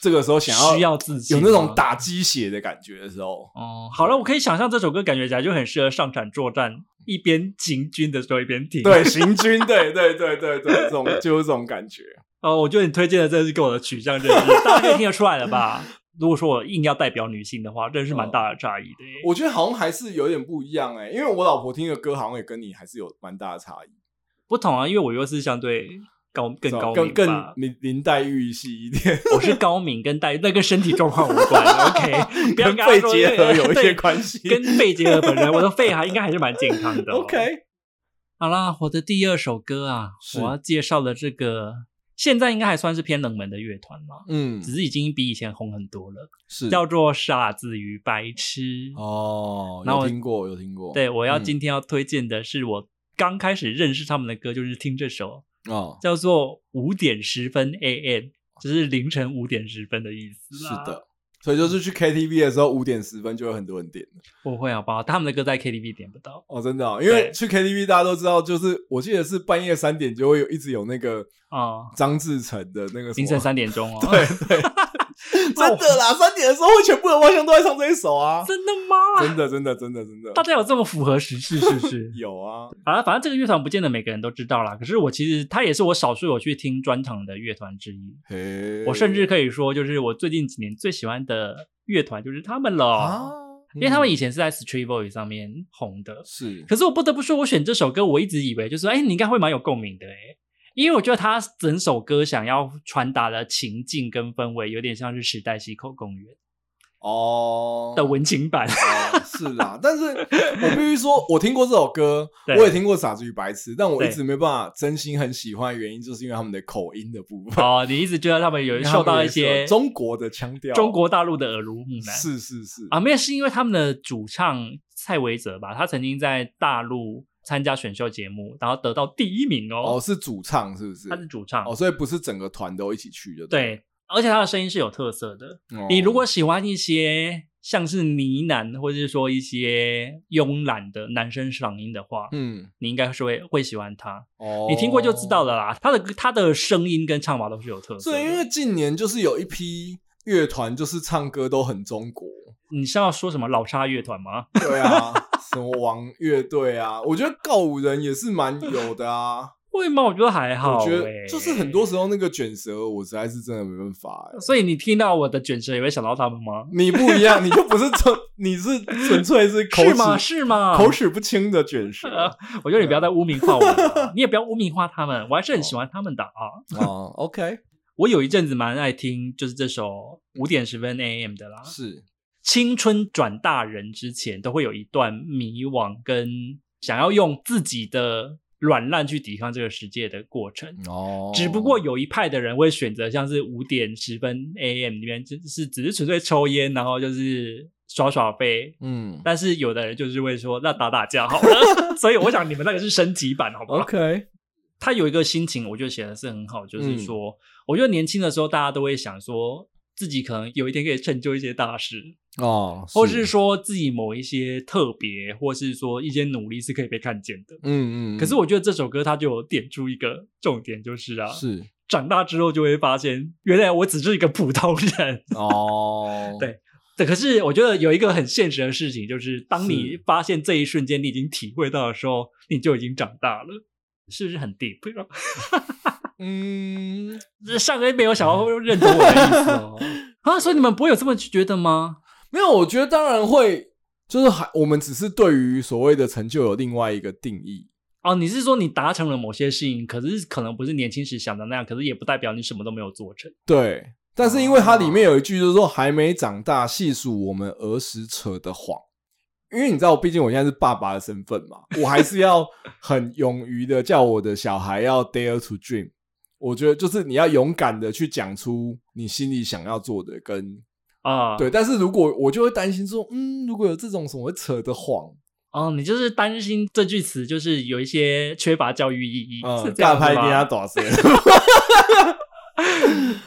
B: 这个时候想要
A: 需要自己
B: 有那种打鸡血的感觉的时候，
A: 哦，好了，我可以想象这首歌感觉起来就很适合上场作战，一边行军的时候一边听。
B: 对，行军，对对对对对，这种就是这种感觉。
A: 哦，我觉得你推荐的真的是跟我的取向真的是，大家可以听得出来了吧？ 如果说我硬要代表女性的话，真的
B: 哦
A: 是蛮大的差异的耶。
B: 我觉得好像还是有点不一样哎、因为我老婆听的歌好像也跟你还是有蛮大的差异，
A: 不同啊，因为我又是相对高更高
B: 更
A: 明
B: 更
A: 吧，
B: 林林黛玉系一点，
A: 我是高敏跟代，那跟身体状况无关。OK，不要
B: 跟
A: 跟他
B: 肺
A: 说
B: 结核有一些
A: 对
B: 关系。
A: 跟肺结核本人，我的肺还应该还是蛮健康的哦、
B: OK，
A: 好啦，我的第二首歌啊，
B: 是
A: 我要介绍的这个，现在应该还算是偏冷门的乐团啦，
B: 嗯，
A: 只是已经比以前红很多了，
B: 是
A: 叫做《傻子与白痴》。
B: 哦，
A: 然后
B: 有
A: 我
B: 听过，有听过。
A: 对，我要
B: 嗯
A: 今天要推荐的是我刚开始认识他们的歌，就是听这首
B: 哦，
A: 叫做《五点十分 A.M.》，就是凌晨五点十分的意思
B: 是
A: 啦。
B: 的，所以就是去 KTV 的时候，五点十分就有很多人点。
A: 不会好不好？他们的歌在 KTV 点不到。
B: 哦，真的、哦，因
A: 对
B: 为去 KTV 大家都知道，就是我记得是半夜三点就会有一直有那个
A: 哦
B: 张志成的那个什么
A: 凌 晨，三点钟哦，
B: 真的啦，三点的时候会全部的外向都在唱这一首啊，
A: 真的吗？
B: 真的真的真的真的？
A: 大家有这么符合时事是不是
B: 有啊，
A: 好了，反正这个乐团不见得每个人都知道啦。可是我其实它也是我少数有去听专场的乐团之一。
B: 嘿，
A: 我甚至可以说，就是我最近几年最喜欢的乐团就是他们了，
B: 啊，
A: 哦因为他们
B: 嗯
A: 以前是在 Street Voice 上面红的。
B: 是
A: 可是我不得不说，我选这首歌，我一直以为就是，哎、你应该会蛮有共鸣的，哎，因为我觉得他整首歌想要传达的情境跟氛围，有点像是时代西口公园
B: 哦
A: 的文情版。
B: 哦是啦，但是我必须说，我听过这首歌，
A: 对
B: 我也听过《傻子与白痴》，但我一
A: 对
B: 直没办法真心很喜欢，的原因就是因为他们的口音的部分，
A: 哦，你一直觉得他们有
B: 因为他们
A: 受到
B: 也
A: 一
B: 是
A: 些
B: 有中国的腔调，
A: 中国大陆的耳濡目染。
B: 是是是
A: 啊，没有，是因为他们的主唱蔡维泽吧，他曾经在大陆参加选秀节目，然后得到第一名哦，
B: 哦，是主唱是不是
A: 他？是主唱，
B: 哦，所以不是整个团都一起去的。
A: 对，而且他的声音是有特色的。
B: 哦
A: 你如果喜欢一些像是呢喃，或者是说一些慵懒的男生嗓音的话，
B: 嗯，
A: 你应该是会会喜欢他。
B: 哦，
A: 你听过就知道。了啦，他的他的声音跟唱法都是有特色的。
B: 是因为近年就是有一批乐团，就是唱歌都很中国。
A: 你是要说什么老叉乐团 吗？
B: 对啊，什么王乐队啊，我觉得告五人也是蛮有的啊。
A: 会吗？我觉得还好、
B: 我
A: 欸，
B: 觉得就是很多。时候那个卷舌，我实在是真的没办法、欸。
A: 所以你听到我的卷舌也会想到他们吗？
B: 你不一样，你就不是纯，你是纯粹是口
A: 是吗？
B: 齿
A: 是吗？
B: 口齿不嗯清的卷舌
A: 呃我觉得你不要再污名化我们 了，你也不要污名化他们，我还是很喜欢他们的啊。
B: 哦。OK，
A: 我有一阵子蛮爱听，就是这首五点十分 AM 的啦。
B: 是
A: 青春转大人之前，都会有一段迷惘跟想要用自己的软烂去抵抗这个世界的过程。
B: 哦
A: 只不过有一派的人会选择像是五点十分 AM 里面，就是只是纯粹抽烟，然后就是耍耍废，
B: 嗯
A: 但是有的人就是会说，那打打架好了。 所以我想你们那个是升级版，好不好
B: ，OK，
A: 他有一个心情，我觉得写的是很好，
B: 嗯
A: 就是说，我觉得年轻的时候大家都会想说。自己可能有一天可以成就一些大事，
B: 哦，
A: 或是说自己某一些特别，或是说一些努力是可以被看见的。
B: 嗯嗯，
A: 可是我觉得这首歌它就有点出一个重点，就是啊，
B: 是
A: 长大之后就会发现，原来我只是一个普通人，，
B: 哦
A: 啊 对 对，可是我觉得有一个很现实的事情，就是当你
B: 是
A: 发现这一瞬间你已经体会到的时候，你就已经长大了，是不是很 deep？啊
B: 嗯，
A: 这上个月没有想要认同我的意思 哦。啊，所以你们不会有这么觉得吗？
B: 没有，我觉得当然会，就是还我们只是对于所谓的成就有另外一个定义。
A: 哦，你是说你达成了某些事情，可是可能不是年轻时想的那样，可是也不代表你什么都没有做成。
B: 对，但是因为
A: 哦
B: 它里面有一句就是说“还没长大，细数我们儿时扯的谎”，因为你知道，毕竟我现在是爸爸的身份嘛，我还是要很勇于的叫我的小孩要 dare to dream。我觉得就是你要勇敢的去讲出你心里想要做的跟
A: 啊、
B: 对，但是如果我就会担心说，嗯，如果有这种什么扯的谎，
A: 哦，你就是担心这句词就是有一些缺乏教育意义，
B: 嗯，
A: 是这样
B: 大
A: 子
B: 拍给他
A: 吗？
B: 打碎。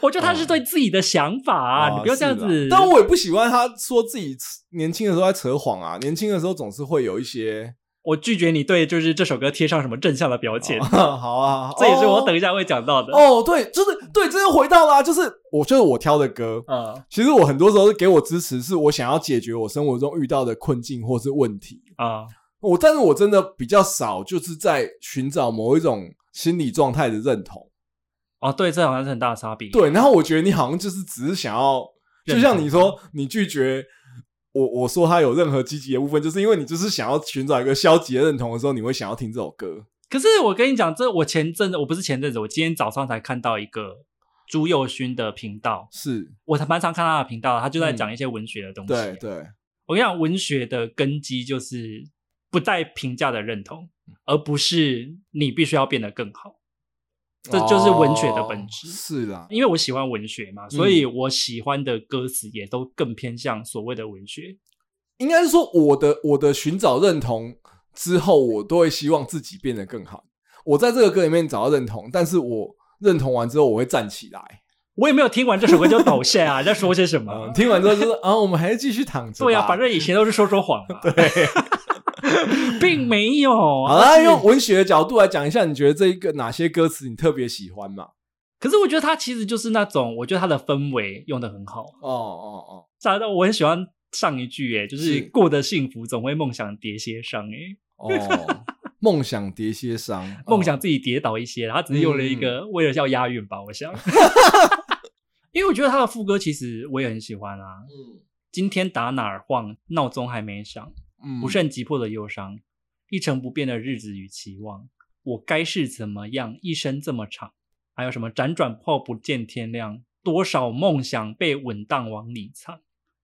A: 我觉得他是对自己的想法 啊，你不要这样
B: 嗯哦
A: 子
B: 是啦。但我也不喜欢他说自己年轻的时候在扯谎啊，年轻的时候总是会有一些。
A: 我拒绝你对就是这首歌贴上什么正向的标签，
B: 好啊，好啊
A: 这也是我等一下会讲到的。
B: 哦，对，就是对，这又回到啦、啊就是我就是我挑的歌。
A: 嗯
B: 其实我很多时候是给我支持，是我想要解决我生活中遇到的困境或是问题。
A: 啊
B: 我但是我真的比较少，就是在寻找某一种心理状态的认同。
A: 哦，对，这好像是很大的差别。
B: 对，然后我觉得你好像就是只是想要，就
A: 认
B: 像
A: 同
B: 你说，你拒绝我，我说他有任何积极的部分，就是因为你就是想要寻找一个消极的认同的时候，你会想要听这首歌。
A: 可是我跟你讲，这我前阵子我不是前阵子，我今天早上才看到一个朱佑勋的频道，
B: 是，
A: 我蛮常看他的频道，他就在
B: 嗯
A: 讲一些文学的东西。
B: 对对，
A: 我跟你讲，文学的根基就是不带评价的认同，
B: 嗯
A: 而不是你必须要变得更好。这就是文学的本质
B: 哦嗯是啦，
A: 因为我喜欢文学嘛，所以我喜欢的歌词也都更偏向所谓的文学。
B: 应该是说我的我的寻找认同之后，我都会希望自己变得更好。我在这个歌里面找到认同，但是我认同完之后，我会站起来。
A: 我也没有听完这首歌就抖下 啊，在说些什么
B: 嗯，？听完之后 就是啊，我们还是继续躺着吧。
A: 对呀、反正以前都是说说谎嘛。对，并没有。
B: 好
A: 而
B: 啦，
A: 且
B: 用文学的角度来讲一下，你觉得这一个哪些歌词你特别喜欢嘛？
A: 可是我觉得它其实就是那种，我觉得它的氛围用的很好。啊
B: 哦哦
A: 啥的，我很喜欢上一句、欸，哎，就是
B: 是
A: 过得幸福总会梦想跌些伤、欸，哎。
B: 哦 哦，梦想叠些伤，
A: 梦
B: 哦嗯
A: 想自己跌倒一些，他只是用了一个、为了要押韵吧，我 想。因为我觉得他的副歌其实我也很喜欢啊。
B: 哦
A: 今天打哪儿晃，闹钟还没响，
B: 嗯
A: 不甚急迫的忧伤，一成不变的日子与期望，我该是怎么样？一生这么长，还有什么辗转后不见天亮，多少梦想被稳当往里藏。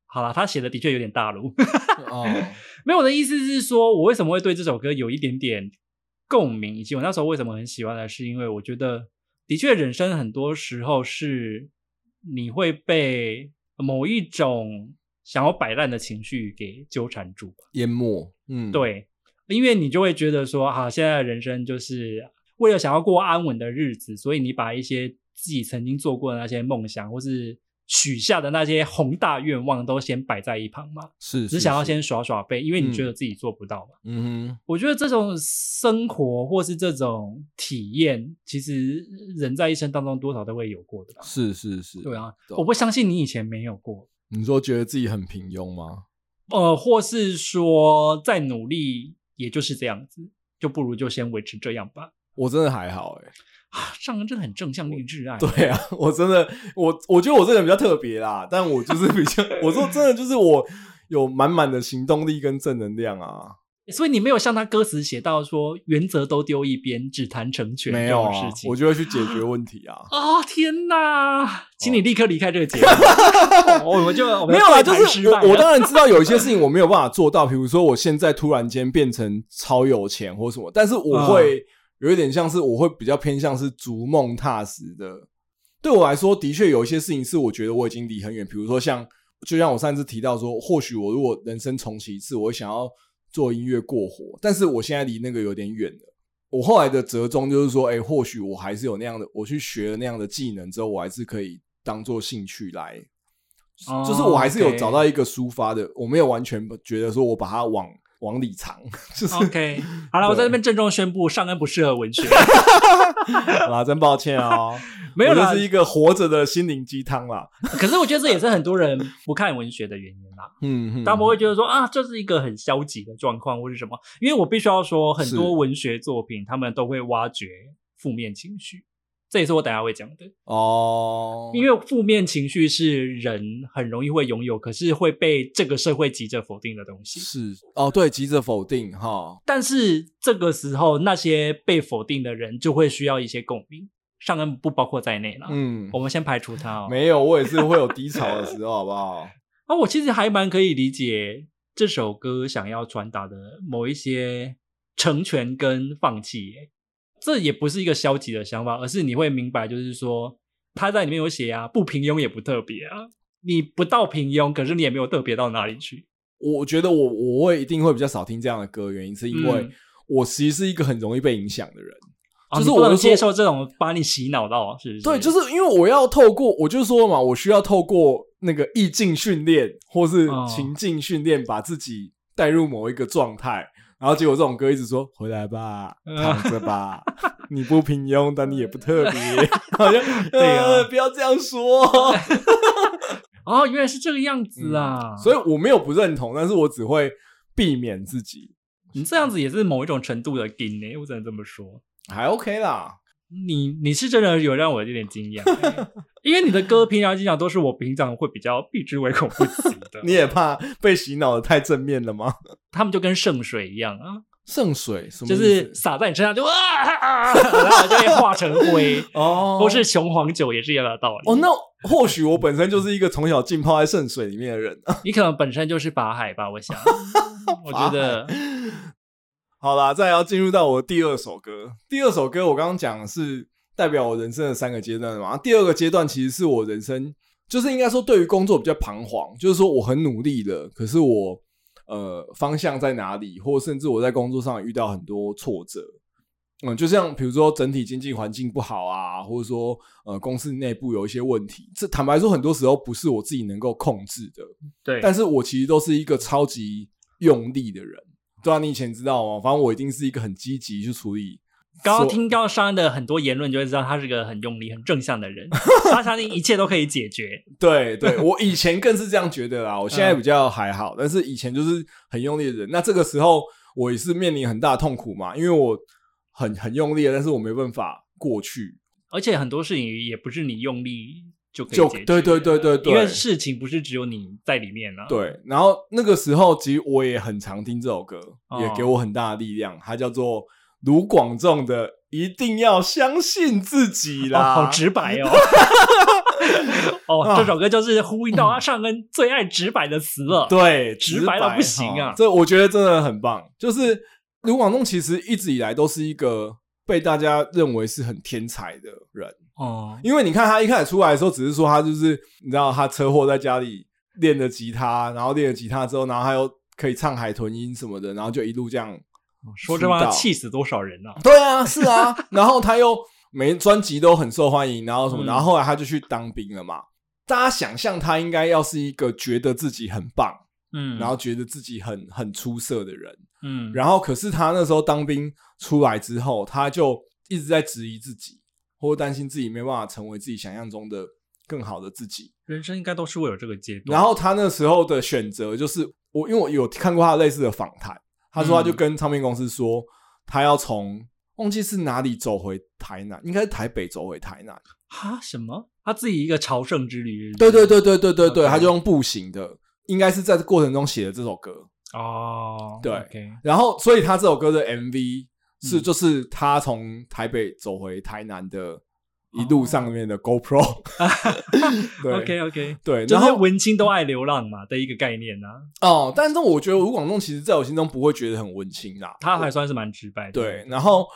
A: 好啦，他写的的确有点大陆。
B: 哦，
A: 没有，我的意思是说，我为什么会对这首歌有一点点共鸣，以及我那时候为什么很喜欢它，是因为我觉得，的确，人生很多时候是你会被某一种想要摆烂的情绪给纠缠住吧。
B: 淹没，嗯，，
A: 对，因为你就会觉得说，啊，现在的人生就是为了想要过安稳的日子，所以你把一些自己曾经做过的那些梦想，或是许下的那些宏大愿望，都先摆在一旁嘛。
B: 是
A: 只
B: 是
A: 想要
B: 是
A: 先耍耍背，因为
B: 嗯
A: 你觉得自己做不到嘛。
B: 嗯
A: 我觉得这种生活或是这种体验，其实人在一生当中多少都会有过的啦
B: 哼，。是是是，
A: 对，啊，
B: 懂
A: 我不相信你以前没有过，
B: 你说觉得自己很平庸吗？
A: 呃，或是说再努力也就是这样子，就不如就先维持这样吧。
B: 我真的还好哎、
A: 啊，上人真的很正向励志啊！
B: 对啊，我真的，我我觉得我这个人比较特别啦，但我就是比较，我说真的就是我有满满的行动力跟正能量啊，
A: 所以你没有像他歌词写到说原则都丢一边，只谈成全
B: 没
A: 这
B: 有
A: 种
B: 啊
A: 事，情。
B: 我就会去解决问 题啊。
A: 哦天哪，请你立刻离开这个 节目。哦我们就我们
B: 没有啦，啊
A: 对
B: 就
A: 谈
B: 是
A: 失败啊
B: 我我
A: 了
B: 当然知道有一些事情我没有办法做到，比如说我现在突然间变成超有钱或什么，但是我
A: 嗯
B: 会有一点像是我会比较偏向是逐梦踏实的。对我来说，的确有一些事情是我觉得我已经离很远，比如说像就像我上次提到说，或许我如果人生重启一次，我会想要做音乐过活，但是我现在离那个有点远了。我后来的折中就是说，哎、或许我还是有那样的，我去学了那样的技能之后，我还是可以当做兴趣来
A: 哦
B: 就是我还是有
A: OK
B: 找到一个抒发的，我没有完全觉得说我把它往往里藏， 就是、
A: OK，好了，我
B: 对
A: 在这边郑重宣布，上恩不适合 文学，
B: 啊，真抱歉哦，
A: 没有
B: 我
A: 啦
B: 就是。一个活着的心灵鸡汤啦。
A: 可是我觉得这也是很多人不看文学的原因啊啦。
B: 嗯，嗯
A: 他们会觉得说啊，这是一个很消极的状况，或是什么？因为我必须要说，很
B: 是
A: 多文学作品他们都会挖掘负面情绪，这也是我等下会讲的，
B: 哦，
A: 因为负面情绪是人很容易会拥有，可是会被这个社会急着否定的东西。
B: 是哦，对，急着否定哈，
A: 但是这个时候，那些被否定的人就会需要一些共鸣，上恩不包括在内啦。
B: 嗯，
A: 我们先排除他哦。
B: 没有，我也是会有低潮的时候，好不好？
A: 啊，我其实还蛮可以理解这首歌想要传达的某一些成全跟放弃耶。这也不是一个消极的想法，而是你会明白，就是说他在里面有写啊，不平庸也不特别啊，你不到平庸，可是你也没有特别到哪里去。
B: 我觉得我我会一定会比较少听这样的歌，原因是因为
A: 嗯
B: 我其实是一个很容易被影响的人。
A: 啊
B: 就是
A: 你不
B: 我
A: 能
B: 就说
A: 接受这种把你洗脑到，是不是？
B: 对，就是因为我要透过，我就说嘛，我需要透过那个意境训练或是
A: 哦
B: 情境训练，把自己带入某一个状态。然后结果这种歌一直说“回来吧，
A: 嗯
B: 躺 着吧，你不平庸，但你也不特别”， 好像
A: 对啊
B: 呃，不要这样说。
A: 哦，原来是这个样子啊。
B: 嗯所以我没有不认同，但是我只会避免自己，
A: 你这样子也是某一种程度的 gay 呢，我只能这么说。
B: 还 OK 啦。。
A: 你你是真的有让我有点惊讶欸、因为你 的歌平常经常都是我平常会比较避之唯恐不及的
B: 你也怕被洗脑的太正面了吗？
A: 他们就跟圣水一样啊，
B: 圣水什么
A: 就
B: 意思？
A: 是洒在你身上就 啊啊啊，啊然后就会化成灰，
B: 哦，
A: 或是雄黄酒也是一样的道理。
B: 哦，那或许我本身就是一个从小浸泡在圣水里面的人。
A: 你可能本身就是法海吧，我想，我觉得
B: 好啦，再来要进入到我的第二首歌。第二首歌我刚刚讲的是代表我人生的三个阶段嘛，第二个阶段其实是我人生，就是应该说对于工作比较彷徨，就是说我很努力了，可是我呃方向在哪里，或甚至我在工作上遇到很多挫折。嗯，就像比如说整体经济环境不好啊，或者说呃公司内部有一些问题，这坦白说很多时候不是我自己能够控制的。
A: 对，
B: 但是我其实都是一个超级用力的人，对啊，你以前知道吗？反正我一定是一个很积极去处理。
A: 刚刚
B: 所
A: 听到莎恩的很多言论，就会知道他是个很用力、很正向的 人，他相信一切都可以解决。
B: 对 对，我以前更是这样觉得啦，我
A: 嗯
B: 现在比较还好，但是以前就是很用力的人。那这个时候我也是面临很大的痛苦嘛，因为我很很用力了，但是我没办法过去。
A: 而且很多事情也不是你用力就可以
B: 就
A: 解决的，
B: 对对对对对
A: 因为事情不是只有你在里面啊。，
B: 对，然后那个时候其实我也很常听这首歌，
A: 哦
B: 也给我很大的力量。它叫做卢广仲的《一定要相信自己》
A: 哦，
B: 啦，
A: 好直白 哦。哦，
B: 啊
A: 这首歌就是呼应到阿尚恩最爱直白的词了。
B: 对，
A: 直
B: 白
A: 白到不行啊
B: 哈这我觉得真的很棒。就是卢广仲其实一直以来都是一个被大家认为是很天才的人，
A: 哦，
B: 因为你看他一开始出来的时候，只是说他就是你知道他车祸在家里练了吉他，然后练了吉他之后，然后他又可以唱海豚音什么的，然后就一路这样。
A: 说这话
B: 道
A: 气死多少人啊！
B: 对啊，是啊，然后他又每专辑都很受欢迎，然后什么，
A: 嗯
B: 然后后来他就去当兵了嘛。大家想象他应该要是一个觉得自己很棒，
A: 嗯，
B: 然后觉得自己很很出色的人，
A: 嗯，
B: 然后可是他那时候当兵出来之后，他就一直在质疑自己，或担心自己没办法成为自己想象中的更好的自己。
A: 人生应该都是会有这个阶段。
B: 然后他那时候的选择就是，我因为我有看过他类似的访谈，他说
A: 嗯
B: 他就跟唱片公司说，他要从忘记是哪里走回台南，应该是台北走回台南。
A: 哈什么？他自己一个朝圣之旅。
B: 对对。对对对对对，
A: OK
B: 他就用步行的，应该是在这过程中写的这首歌。
A: 哦，
B: 对
A: o k
B: 然后，所以他这首歌的 MV 是
A: 嗯
B: 就是他从台北走回台南的一路上面的 GoPro，、对
A: 哦 OK OK，
B: 对，
A: 就
B: 然
A: 是
B: 后
A: 文青都爱流浪嘛的一个概念啊，
B: 哦，但是我觉得吴广仲其实在我心中不会觉得很文青啦，
A: 他嗯还算是蛮直白的。
B: 对，，然后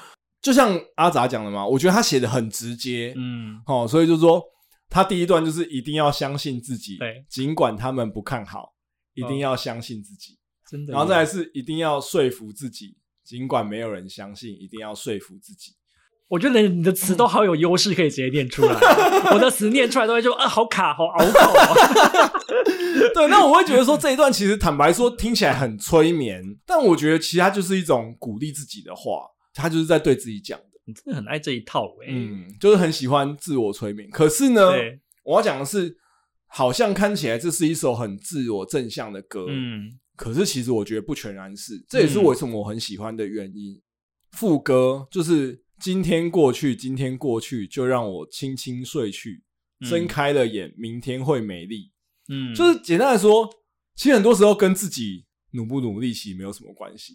B: 就像阿杂讲的嘛，我觉得他写的很直接，
A: 嗯，
B: 哦，所以就说他第一段就是一定要相信自己，
A: 对，
B: 尽管他们不看好，一
A: 嗯
B: 定要相信自己。
A: 真的耶。
B: 然后再来是一定要说服自己，尽管没有人相信，一定要说服自己。
A: 我觉得你的词都好有优势，可以直接念出来。
B: 嗯
A: 我的词念出来都会就啊，好卡，好拗口、 啊。
B: 对，那我会觉得说这一段其实坦白说听起来很催眠，但我觉得其实它就是一种鼓励自己的话，他就是在对自己讲的，
A: 你真的很爱这一套哎、
B: 嗯，就是很喜欢自我催眠。可是呢，
A: 对，
B: 我要讲的是，好像看起来这是一首很自我正向的歌，
A: 嗯
B: 可是其实我觉得不全然是，这也是
A: 嗯
B: 为什么我很喜欢的原因。副歌就是今天过去，今天过去，就让我轻轻睡去。
A: 嗯
B: 睁开了眼，明天会美丽。
A: 嗯，
B: 就是简单来说，其实很多时候跟自己努不努力其实没有什么关系。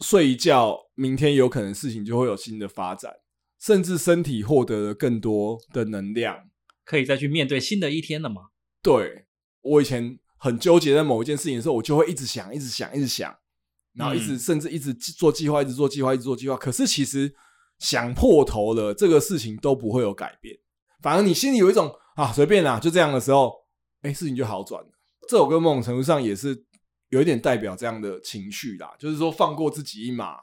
B: 睡一觉，明天有可能事情就会有新的发展，甚至身体获得了更多的能量。
A: 可以再去面对新的一天了嘛。
B: 对我以前很纠结在某一件事情的时候，我就会一直想，一直想，一直想，然后一直、
A: 嗯
B: 甚至一直做计划，一直做计划，一直做计划。可是其实想破头了，这个事情都不会有改变。反而你心里有一种啊随便啦，就这样的时候，哎、事情就好转了。这首歌某种程度上也是有一点代表这样的情绪啦，就是说放过自己一马。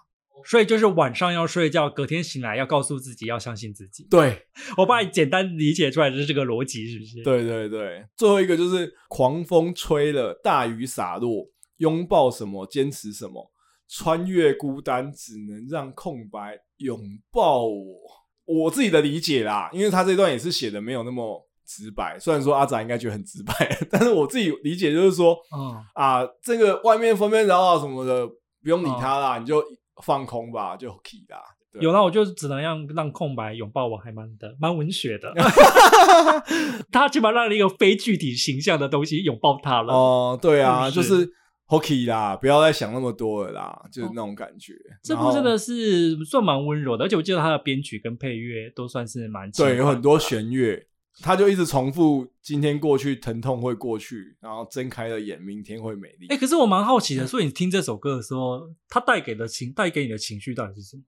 A: 所以就是晚上要睡觉，隔天醒来要告诉自己要相信自己。
B: 对，
A: 我把你简单理解出来就是这个逻辑，是不是？，
B: 对对对，最后一个就是狂风吹了，大雨洒落，拥抱什么，坚持什么，穿越孤单，只能让空白拥抱我。我自己的理解啦，因为他这段也是写的没有那么直白，虽然说阿仔应该觉得很直白， 但是我自己理解就是说
A: 嗯，
B: 啊，这个外面纷纷扰扰啊什么的，不用理他啦，你就放空吧，就 k 啦。对
A: 有啦，我就只能让让空白拥抱我，还蛮的，蛮文学 的。他起码让一个非具体形象的东西拥抱他了。
B: 哦，对啊，
A: 是
B: 就
A: 不是
B: 是 hockey 啦，不要再想那么多了啦，就是那种感觉。
A: 哦这
B: 然
A: 部
B: 后
A: 真的是算蛮温柔的，而且我记得他的编曲跟配乐都算是蛮轻
B: 对，有
A: 快
B: 很多弦乐，他就一直重复“今天过去，疼痛会过去”，然后睁开了眼，明天会美丽。
A: 哎、可是我蛮好奇
B: 嗯
A: 的，所以你听这首歌的时候，它带给的情带给你的情绪到底是什么？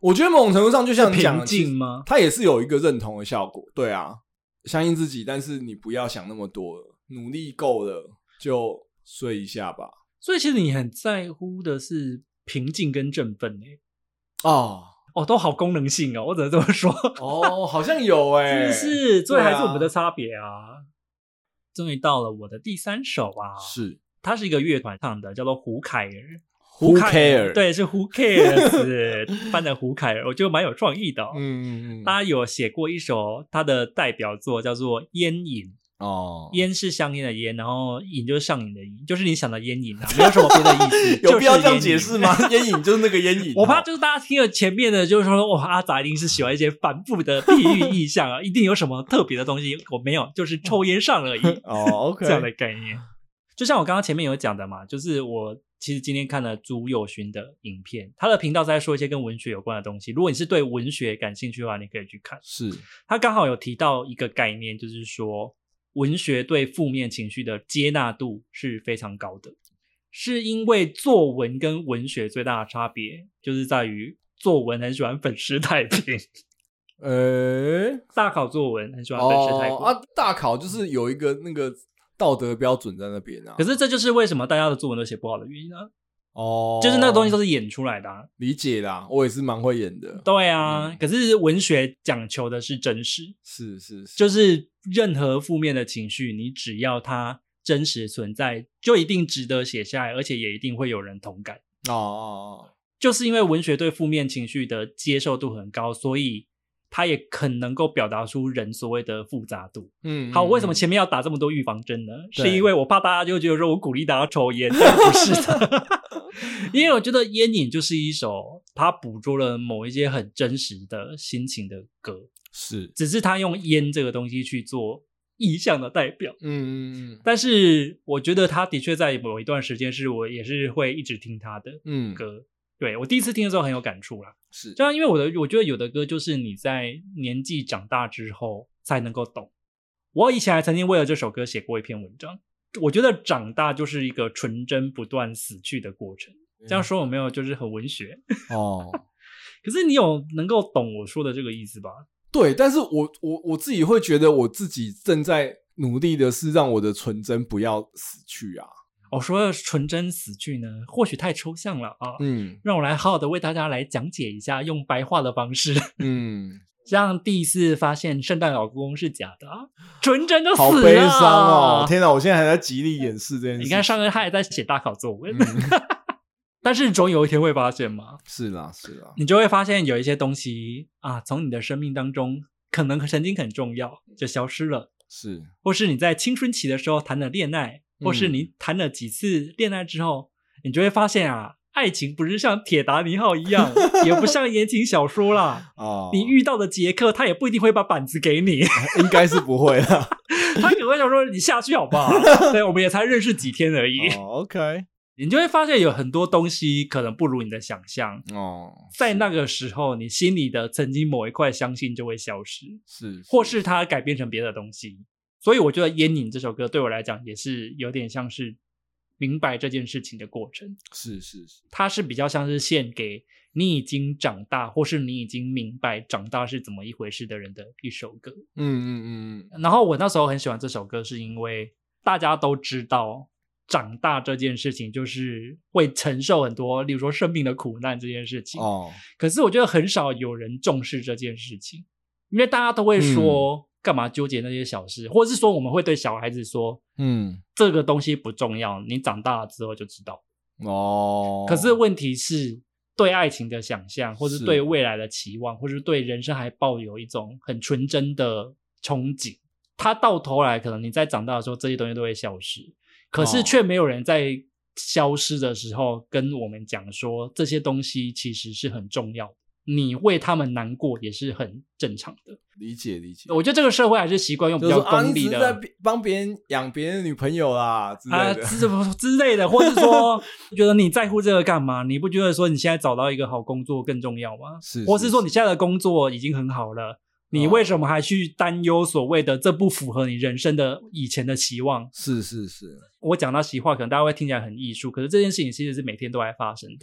B: 我觉得某种程度上，就像你讲
A: 平
B: 的，其
A: 静
B: 实
A: 吗？
B: 它也是有一个认同的效果。对啊，相信自己，但是你不要想那么多了，努力够了就睡一下吧。
A: 所以其实你很在乎的是平静跟振奋哎、
B: 哦
A: 哦，都好功能性哦，我只能这么 说，
B: 哦，好像有 哎、
A: 是不是？所以还是我们
B: 对
A: 的
B: 啊
A: 差别啊。终于到了我的第三首啊，
B: 是
A: 它是一个乐团唱的，叫做胡凯尔。
B: Who
A: 凯尔
B: care？
A: 对，是胡凯尔翻成胡凯尔，我觉得蛮有创意的、哦。
B: 嗯，嗯嗯
A: 他有写过一首他的代表作叫做《烟瘾》，
B: 哦，。
A: 烟是香烟的烟，然后瘾就是上瘾的瘾，就是你想的烟瘾啊，没有什么别的意 思就是
B: 有必要这样
A: 烟瘾
B: 解释？ 吗？烟瘾就是那个烟瘾哦，
A: 我怕就是大家听了前面的，就是说哇，阿杂一定是喜欢一些反复的地域意象啊，一定有什么特别的东西。我没有，就是抽烟上而已，
B: 哦，OK，
A: 这样的概念。就像我刚刚前面有讲的嘛，就是我其实今天看了朱友勋的影片，他的频道是在说一些跟文学有关的东西。如果你是对文学感兴趣的话，你可以去看。
B: 是
A: 他刚好有提到一个概念，就是说文学对负面情绪的接纳度是非常高的，是因为作文跟文学最大的差别就是在于作文很喜欢粉饰太平，
B: 呃，
A: 大考作文很喜欢粉饰太平。
B: 哦啊，大考就是有一个那个道德标准在那边啊
A: 可。是这就是为什么大家的作文都写不好的原因啊，
B: 哦，
A: 就是那个东西都
B: 是
A: 是演出来的、啊。
B: 理解啦，我也是蛮会演的。
A: 对啊，
B: 嗯
A: 可是文学讲求的是真实，
B: 是是是，
A: 就是任何负面的情绪，你只要它真实存在，就一定值得写下来，而且也一定会有人同感。
B: 哦哦
A: 就是因为文学对负面情绪的接受度很高，所以它也很能够表达出人所谓的复杂度。
B: 哦，嗯，
A: 好，
B: 嗯
A: 为什么
B: 嗯
A: 前面要打这么多预防针呢？
B: 对
A: 是因为我怕大家就觉得说我鼓励大家抽烟， 但不是的。 因为我觉得《烟瘾》就是一首它捕捉了某一些很真实的心情的歌，
B: 是？
A: 只是它用烟这个东西去做意象的代表。
B: 嗯嗯
A: 但是我觉得他的确在某一段时间是我也是会一直听他的
B: 嗯嗯，
A: 歌。对我第一次听的时候很有感触啦，
B: 是
A: 就像因为我的我觉得有的歌就是你在年纪长大之后才能够懂。我以前还曾经为了这首歌写过一篇文章，我觉得长大就是一个纯真不断死去的过程。这
B: 嗯
A: 样说有没有就是很文学？
B: 哦。
A: 可是你有能够懂我说的这个意思吧？
B: 对，但是我我我自己会觉得我自己正在努力的是让我的纯真不要死去啊。
A: 我哦说的纯真死去呢，或许太抽象了啊。
B: 嗯
A: 让我来好好的为大家来讲解一下，用白话的方式，
B: 嗯，
A: 让第一次发现圣诞老公公是假的、啊，纯真 的死
B: 好
A: 了。
B: 悲 伤哦！天哪，我现在还在极力掩饰这件事。
A: 你看上个他也在写大考作文，
B: 嗯
A: 但是总有一天会发现嘛，
B: 是啦是啦，
A: 你就会发现有一些东西啊，从你的生命当中可能曾经很重要，就消失了，
B: 是
A: 或是你在青春
B: 嗯
A: 期的时候谈了恋爱，或是你谈了几次恋爱之后，你就会发现啊，爱情不是像铁达尼号一 样，也不像言情小说啦。
B: 哦，
A: 你遇到的杰克，他也不一定会把板子给 你，
B: 应该是不会啦。
A: 他可能会想说你下去好不好？ 对，我们也才认识几天而已，
B: 哦，OK，
A: 你就会发现有很多东西可能不如你的想象。
B: 哦，
A: 在那个时候，你心里的曾经某一块相信就会消失，
B: 是，
A: 或是它改变成别的东西。所以我觉得《烟瘾》这首歌对我来讲也是有点像是明白这件事情的过程。
B: 是是是，
A: 它是比较像是献给你已经长大，或是你已经明白长大是怎么一回事的人的一首歌。
B: 嗯嗯嗯
A: 然后我那时候很喜欢这首歌，是因为大家都知道长大这件事情就是会承受很多，例如说生命的苦难这件事情。
B: 嗯，哦，
A: 可是我觉得很少有人重视这件事情，因为大家都会说干嘛纠结那些小事，或者是说我们会对小孩子说
B: 嗯
A: 这个东西不重要，你长大了之后就知道。
B: 哦，
A: 可是问题是，对爱情的想象，或是
B: 是
A: 对未来的期望，或是对人生还抱有一种很纯真的憧憬，它到头来可能你在长大的时候，这些东西都会消失。可是
B: 哦
A: 却没有人在消失的时候跟我们讲说，这些东西其实是很重要的，你为他们难过也是很正常的。
B: 理解理解，
A: 我觉得这个社会还是习惯用比
B: 就是
A: 较
B: 说啊，你
A: 功
B: 只
A: 利
B: 是
A: 的。
B: 在帮别人养别人的女朋友啦之
A: 啊
B: 类的，
A: 之之类的，或是说觉得你在乎这个干嘛？你不觉得说你现在找到一个好工作更重要吗？
B: 是
A: 或
B: 是
A: 是说
B: 是嗯
A: 你现在的工作已经很好了，你为什么还去担忧所谓的这不符合你人生的以前的期望？
B: 是是是，
A: 我讲到习话，可能大家会听起来很艺术，可是这件事情其实是每天都在发生的，
B: 嗯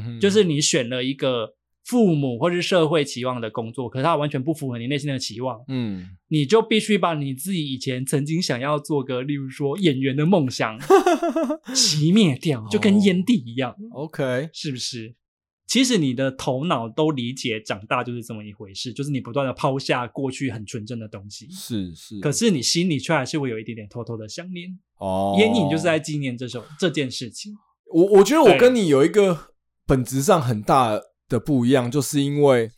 B: 嗯嗯，
A: 就是你选了一个父母或是社会期望的工作，可是它完全不符合你内心的期望。
B: 嗯，
A: 你就必须把你自己以前曾经想要做个，例如说演员的梦 想，熄灭掉，就
B: 哦
A: 跟烟蒂一样，
B: OK，
A: 是不是？其实你的头脑都理解长大就是这么一回事，就是你不断的抛下过去很纯真的东西，
B: 是是，
A: 可是你心里却还是会有一点点偷偷的想念。
B: 哦，
A: 烟瘾就是在纪念这首这件事情。
B: 我我觉得我
A: 对
B: 跟你有一个本质上很大的不一样，就是因为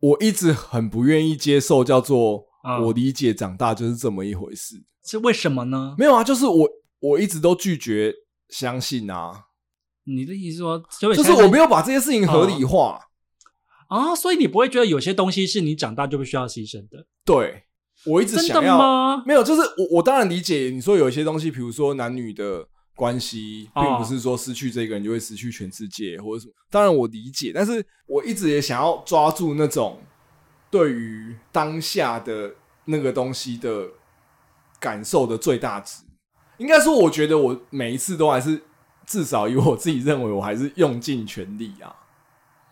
B: 我一直很不愿意接受叫做
A: 嗯
B: 我理解长大就是这么一回事。
A: 是为什么呢？
B: 没有啊，就是我我一直都拒绝相信啊，
A: 你的意思说，就
B: 就是我没有把这些事情合
A: 嗯
B: 理化。
A: 啊、所以你不会觉得有些东西是你长大就必须要牺牲的，
B: 对我一直
A: 真的
B: 想要，
A: 吗？
B: 没有，就是我我当然理解你说有一些东西，比如说男女的。关系
A: 哦
B: 并不是说失去这个人就会失去全世界或者什么，当然我理解，但是我一直也想要抓住那种对于当下的那个东西的感受的最大值。应该说，我觉得我每一次都还是至少以我自己认为，我还是用尽全力啊。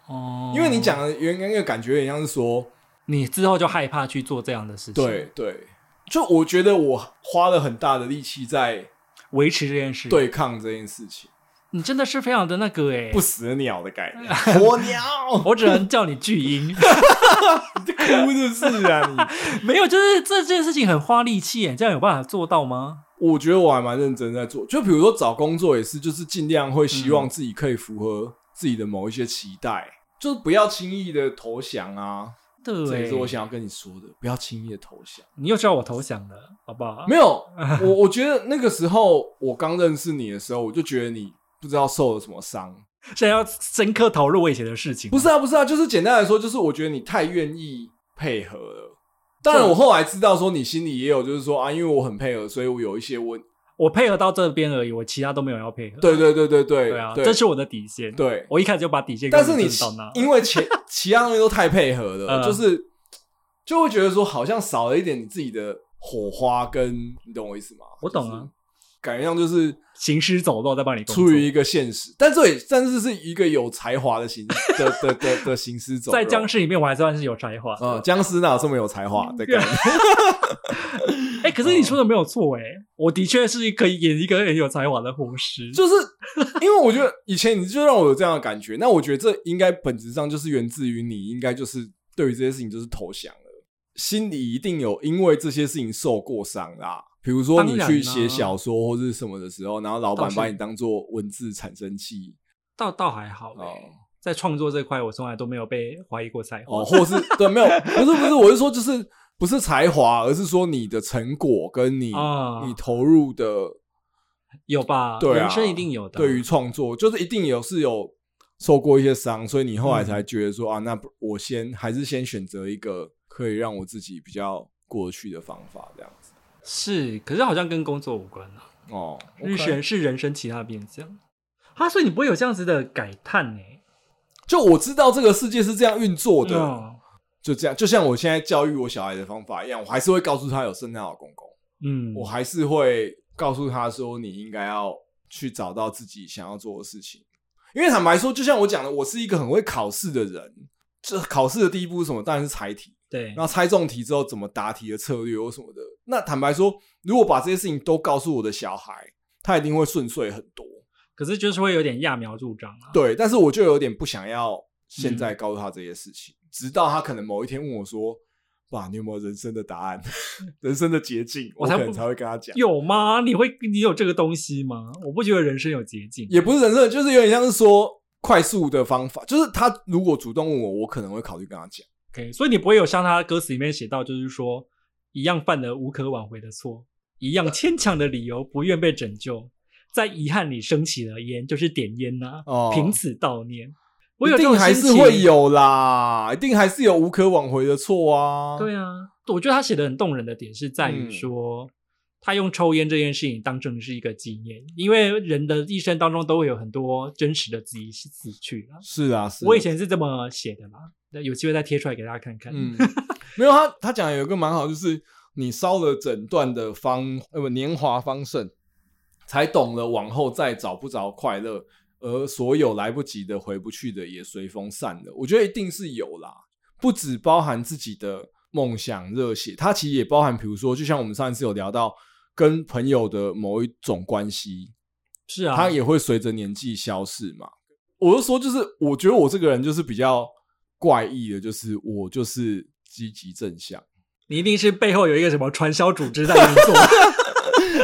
A: 哦，
B: 因为你讲的原刚那个感觉有点像是说，
A: 你之后就害怕去做这样的事情，
B: 对，对，就我觉得我花了很大的力气在
A: 维持这件事。，
B: 对抗这件事情，
A: 你真的是非常的那个哎、
B: 不死鸟的概 念，火鸟，
A: 我只能叫你巨 婴。
B: 哭是是啊
A: 没有，就是这件事情很花力气耶，这样有办法做到吗？
B: 你， 我觉得我还蛮认真在做，就比如说找工作也是，就是尽量会希望自己可以符合自己的某一些期待，就是不要轻易的投降啊，这也
A: 对
B: 是，我想要跟你说的，不要轻易的投降。
A: 你又叫我投降了，好不好？
B: 没有，我我觉得那个时候我刚认识你的时候，我就觉得你不知道受了什么伤。
A: 现在要深刻讨论我以前的事情，
B: 不是啊，不是啊，就是简单来说，就是我觉得你太愿意配合了。当然，我后来知道说你心里也有，就是说啊，因为我很配合，所以我有一些问。
A: 我配合到这边而已，我其他都没有要配合。
B: 对对对对对，
A: 对啊，
B: 对
A: 这是我的底线。，
B: 对。
A: 我一开始就把底线
B: 但
A: 跟
B: 是
A: 你
B: 你
A: 知道那，
B: 因为其其他东西都太配合了，
A: 嗯
B: 就是就会觉得说好像少了一点你自己的火花跟，你懂我意思吗？
A: 我懂啊，
B: 感觉上就是
A: 行尸走肉在帮你工作
B: 出于一个现实，但这也但是是一个有才华的行的的的的行尸走 肉。
A: 在僵尸里面，我还算是有才华。
B: 啊、僵尸哪有这么有 才华的概念？
A: 哎、可
B: 嗯
A: 是你说的没有错哎、我的确是可以演一个很有才华的护士。
B: 就是因为我觉得以前你就让我有这样的感觉，那我觉得这应该本质上就是源自于你应该就是对于这些事情就是投降了，心里一定有因为这些事情受过伤啦。比如说你
A: 当然
B: 去
A: 啦
B: 写小说或是什么的时候，然后老
A: 倒
B: 板
A: 是
B: 把你当做文字产生器
A: 倒倒还好、欸，
B: 哦
A: 在创作这块，我从来都没有被怀疑过才华。
B: 哦，或是对没有不是不是，我是说就是不是才华，而是说你的成果跟你、
A: 啊
B: 你投入的
A: 有吧？
B: 对啊
A: 人生一定有的。啊
B: 对于创作，就是一定有是有受过一些伤，所以你后来
A: 嗯
B: 才觉得说、啊，那不我先还是先选择一个可以让我自己比较过得去的方法，这样子。
A: 是，可是好像跟工作无关啊。
B: 哦，
A: 日选是人生其他面向啊，所以你不会有这样子的感叹欸呢、
B: 就我知道这个世界是这样运作的，
A: 哦
B: 就这样，就像我现在教育我小孩的方法一样，我还是会告诉他有圣诞老公公，
A: 嗯，
B: 我还是会告诉他说你应该要去找到自己想要做的事情。因为坦白说，就像我讲的，我是一个很会考试的人。这考试的第一步是什么？当然是猜题。
A: 对，
B: 然后猜中题之后怎么答题的策略或什么的。那坦白说，如果把这些事情都告诉我的小孩，他一定会顺遂很多。
A: 可是就是会有点揠苗助长啊。嗯
B: 对，但是我就有点不想要现在告诉他这些事情，直到他可能某一天问我说：“爸，你有没有人生的答案， 人生的捷径？”
A: 我
B: 我
A: 才
B: 可
A: 不
B: 能才会跟他讲。
A: 有吗？你会你有这个东西吗？我不觉得人生有捷径。
B: 也不是人生的，就是有点像是说快速的方法。就是他如果主动问我，我可能会考虑跟他讲。
A: OK，所以你不会有像他歌词里面写到，就是说一样犯了无可挽回的错，一样牵强的理由不愿被拯救，在遗憾里升起了烟，就是点烟呐、
B: 哦
A: 凭此悼念。我有
B: 一
A: 这
B: 定
A: 种
B: 还
A: 心
B: 是
A: 情
B: 会。有啦，一定还是有无可挽回的错啊。
A: 对啊，我觉得他写的很动人的点是在
B: 嗯
A: 于说，他用抽烟这件事情当成是一个纪念，因为人的一生当中都会有很多真实的自己是死去啊。
B: 是啊，是啊。
A: 我以前是这么写的啦，那有机会再贴出来给大家看看。
B: 嗯，没有他，他讲有一个蛮好，就是你烧了整段的芳，呃不，年华芳盛，才懂了往后再找不着快乐，而所有来不及的、回不去的也随风散了。我觉得一定是有啦，不只包含自己的梦想、热血，它其实也包含，比如说，就像我们上一次有聊到跟朋友的某一种关系，
A: 是啊，
B: 它也会随着年纪消逝嘛。我就说，就是我觉得我这个人就是比较怪异的，就是我就是积极 正向。
A: 你一定是背后有一个什么传销组织在运 作。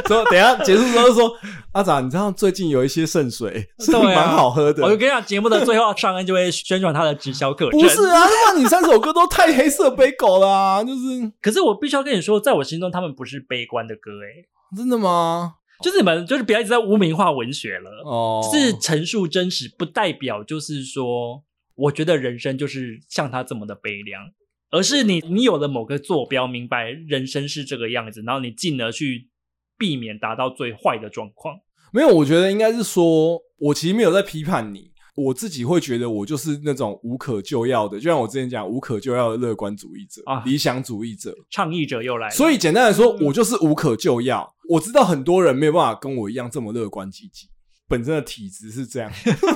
B: 说等一下结束之后就说，阿仔，你知道最近有一些圣水是
A: 对啊
B: 蛮好喝的
A: 我就。跟你讲，节目的最后，上恩就会宣传他的直销课程。
B: 不是啊，那你三首歌都太黑色杯狗了、啊，就是
A: 可是我必须要跟你说，在我心中，他们不是悲观的歌，诶，
B: 真的吗？
A: 就是你们就是不要一直在污名化文学了。
B: 哦，
A: 是陈述真实，不代表就是说，我觉得人生就是像他这么的悲凉，而是你你有了某个坐标，明白人生是这个样子，然后你进而去避免达到最坏的状况。
B: 没有，我觉得应该是说，我其实没有在批判你，我自己会觉得我就是那种无可救药的，就像我之前讲无可救药的乐观主义者、
A: 啊
B: 理想主义者。
A: 倡议者又来了，
B: 所以简单来说，
A: 嗯
B: 我就是无可救药。我知道很多人没有办法跟我一样这么乐观积极，本身的体质 是这样。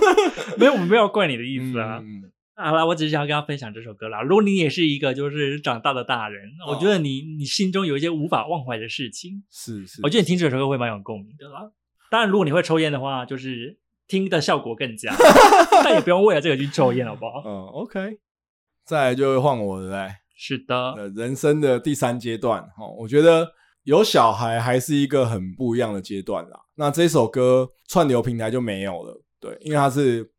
A: 没有我没有怪你的意思啊。
B: 嗯，嗯
A: 好啦，我只是想要跟他分享这首歌啦。如果你也是一个就是长大的大人，
B: 哦
A: 我觉得你你心中有一些无法忘怀的事情，
B: 是是，
A: 我觉得你听这首歌会蛮有共鸣的啦。当然，如果你会抽烟的话，就是听的效果更 佳，但也不用为了这个去抽烟，好不好？
B: 嗯，OK。再来就换我了，对不对？
A: 是的，
B: 呃，人生的第三阶段，哦，我觉得有小孩还是一个很不一样的阶段啦。那这首歌串流平台就没有了，对，因为它是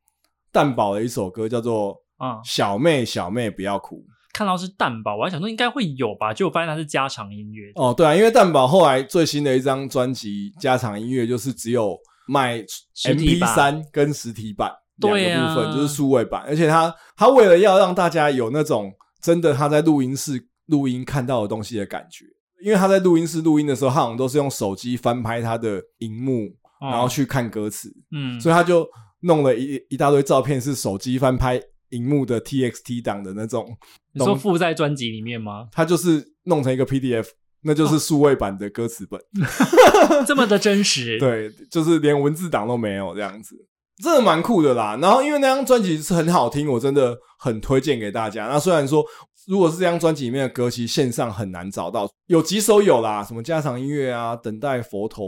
B: 蛋堡的一首歌，叫做《
A: 嗯，
B: 小妹小妹不要哭
A: 看到是蛋堡，我还想说应该会有吧，结果发现它是加长音乐》。。
B: 哦，对啊，因为蛋堡后来最新的一张专辑加长音乐就是只有卖
A: 实体
B: MP
A: 版
B: 三跟实体版两
A: 对
B: 个
A: 啊
B: 部分，就是数位版，而且他他为了要让大家有那种真的他在录音室录音看到的东西的感觉，因为他在录音室录音的时候，他好像都是用手机翻拍他的荧幕，
A: 嗯
B: 然后去看歌词，
A: 嗯，
B: 所以他就弄了一一大堆照片是手机翻拍荧幕的 TXT 档的那种，
A: 你说附在专辑里面吗？
B: 他就是弄成一个 PDF。那
A: 哦
B: 就是数位版的歌词本，
A: 这么的真实，，
B: 对， 就是连文字档都没有这样子，真的蛮酷的啦。然后因为那张专辑是很好听，我真的很推荐给大家。那虽然说，如果是这张专辑里面的歌，其实线上很难找到，有几首有啦，什么家常音乐啊、等待佛陀，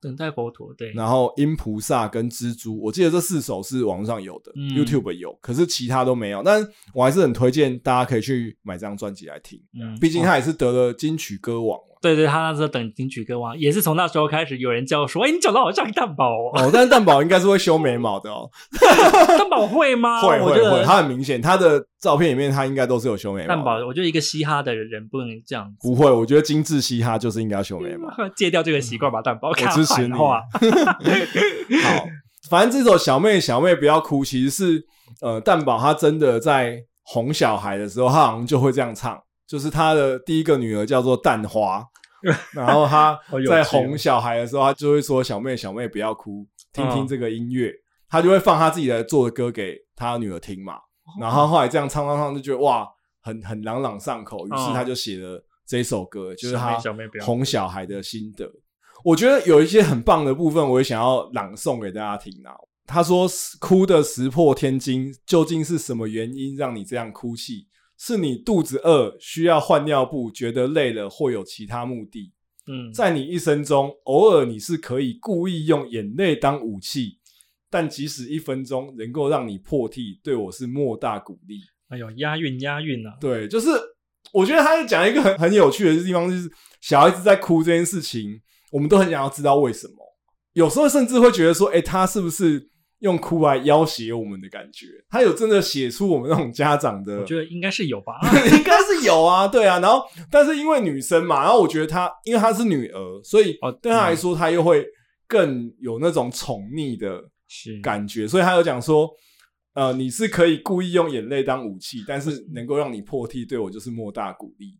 A: 等待佛陀，对，
B: 然后音菩萨跟蜘蛛，我记得这四首是网络上有的、
A: 嗯
B: y o u t u b e 有，可是其他都没有。但我还是很推荐大家可以去买这张专辑来听，
A: 嗯，
B: 毕竟他也是得了金曲歌王嘛。
A: 对对，他那时候等金曲歌王，也是从那时候开始，有人叫我说：“哎、你长得好像蛋堡哦。
B: 哦，但是蛋宝应该是会修眉毛的哦。
A: 蛋堡会吗？
B: 会
A: 啊我
B: 会
A: 觉
B: 会，
A: 得
B: 他很明显，他的照片里面他应该都是有修眉毛。
A: 蛋堡，我觉得一个嘻哈的人不能这样子，
B: 不会，我觉得精致嘻哈就是应该要修眉毛。
A: 戒掉这个习惯吧。蛋堡，
B: 我支持
A: 看
B: 你。
A: 反话
B: 好， 反正这首《小妹小妹不要哭》其实是呃蛋宝他真的在哄小孩的时候，他好像就会这样唱，就是他的第一个女儿叫做蛋 花，然后他
A: 好有趣哦
B: 在哄小孩的时候，他就会说小妹小妹不要哭，听
A: 嗯
B: 听这个音乐，他就会放他自己的做的歌给他女儿听嘛，
A: 哦
B: 然后后来这样唱唱唱就觉得哇，很很朗朗上口，于是
A: 嗯
B: 他就写了这首歌，就是
A: 小妹
B: 他
A: 小妹不要哭
B: 哄小孩的心得。我觉得有一些很棒的部分，我也想要朗诵给大家听啊。他说：“哭的石破天惊，究竟是什么原因让你这样哭泣？是你肚子饿，需要换尿布，觉得累了，或有其他目的？
A: 嗯，
B: 在你一生中，偶尔你是可以故意用眼泪当武器，但即使一分钟能够让你破涕，对我是莫大鼓励。
A: 哎呦，押韵押韵啊，
B: 对，就是我觉得他在讲一个很很有趣的地方，就是小孩子在哭这件事情，我们都很想要知道为什么。有时候甚至会觉得说，哎、他是不是用哭来要挟我们的感觉？他有真的写出我们那种家长的
A: 我觉得应该是有吧。
B: 应该是有啊，对啊。然后，但是因为女生嘛，然后我觉得她，因为她是女儿，所以
A: 哦
B: 对她来说，她又会更有那种宠溺的
A: 是，
B: 感觉。所以她有讲说，呃，你是可以故意用眼泪当武器，
A: 嗯
B: 但是能够让你破涕，对我就是莫大鼓励。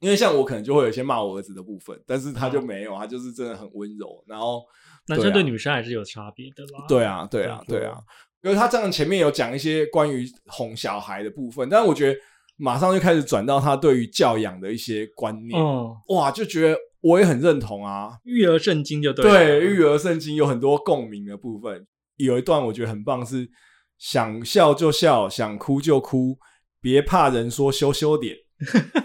B: 因为像我可能就会有一些骂我儿子的部分，但是他就
A: 嗯
B: 没有，他就是真的很温柔。然后，
A: 那
B: 对啊
A: 这对女生还是有差别的啦。
B: 对啊，对啊，
A: 对
B: 对啊。因为他这样前面有讲一些关于哄小孩的部分，但我觉得马上就开始转到他对于教养的一些观念，
A: 哦，
B: 哇，就觉得我也很认同啊。
A: 育儿圣经就对了。
B: 对育儿圣经有很多共鸣的部分，有一段我觉得很棒是，想笑就笑，想哭就哭，别怕人说羞羞 点。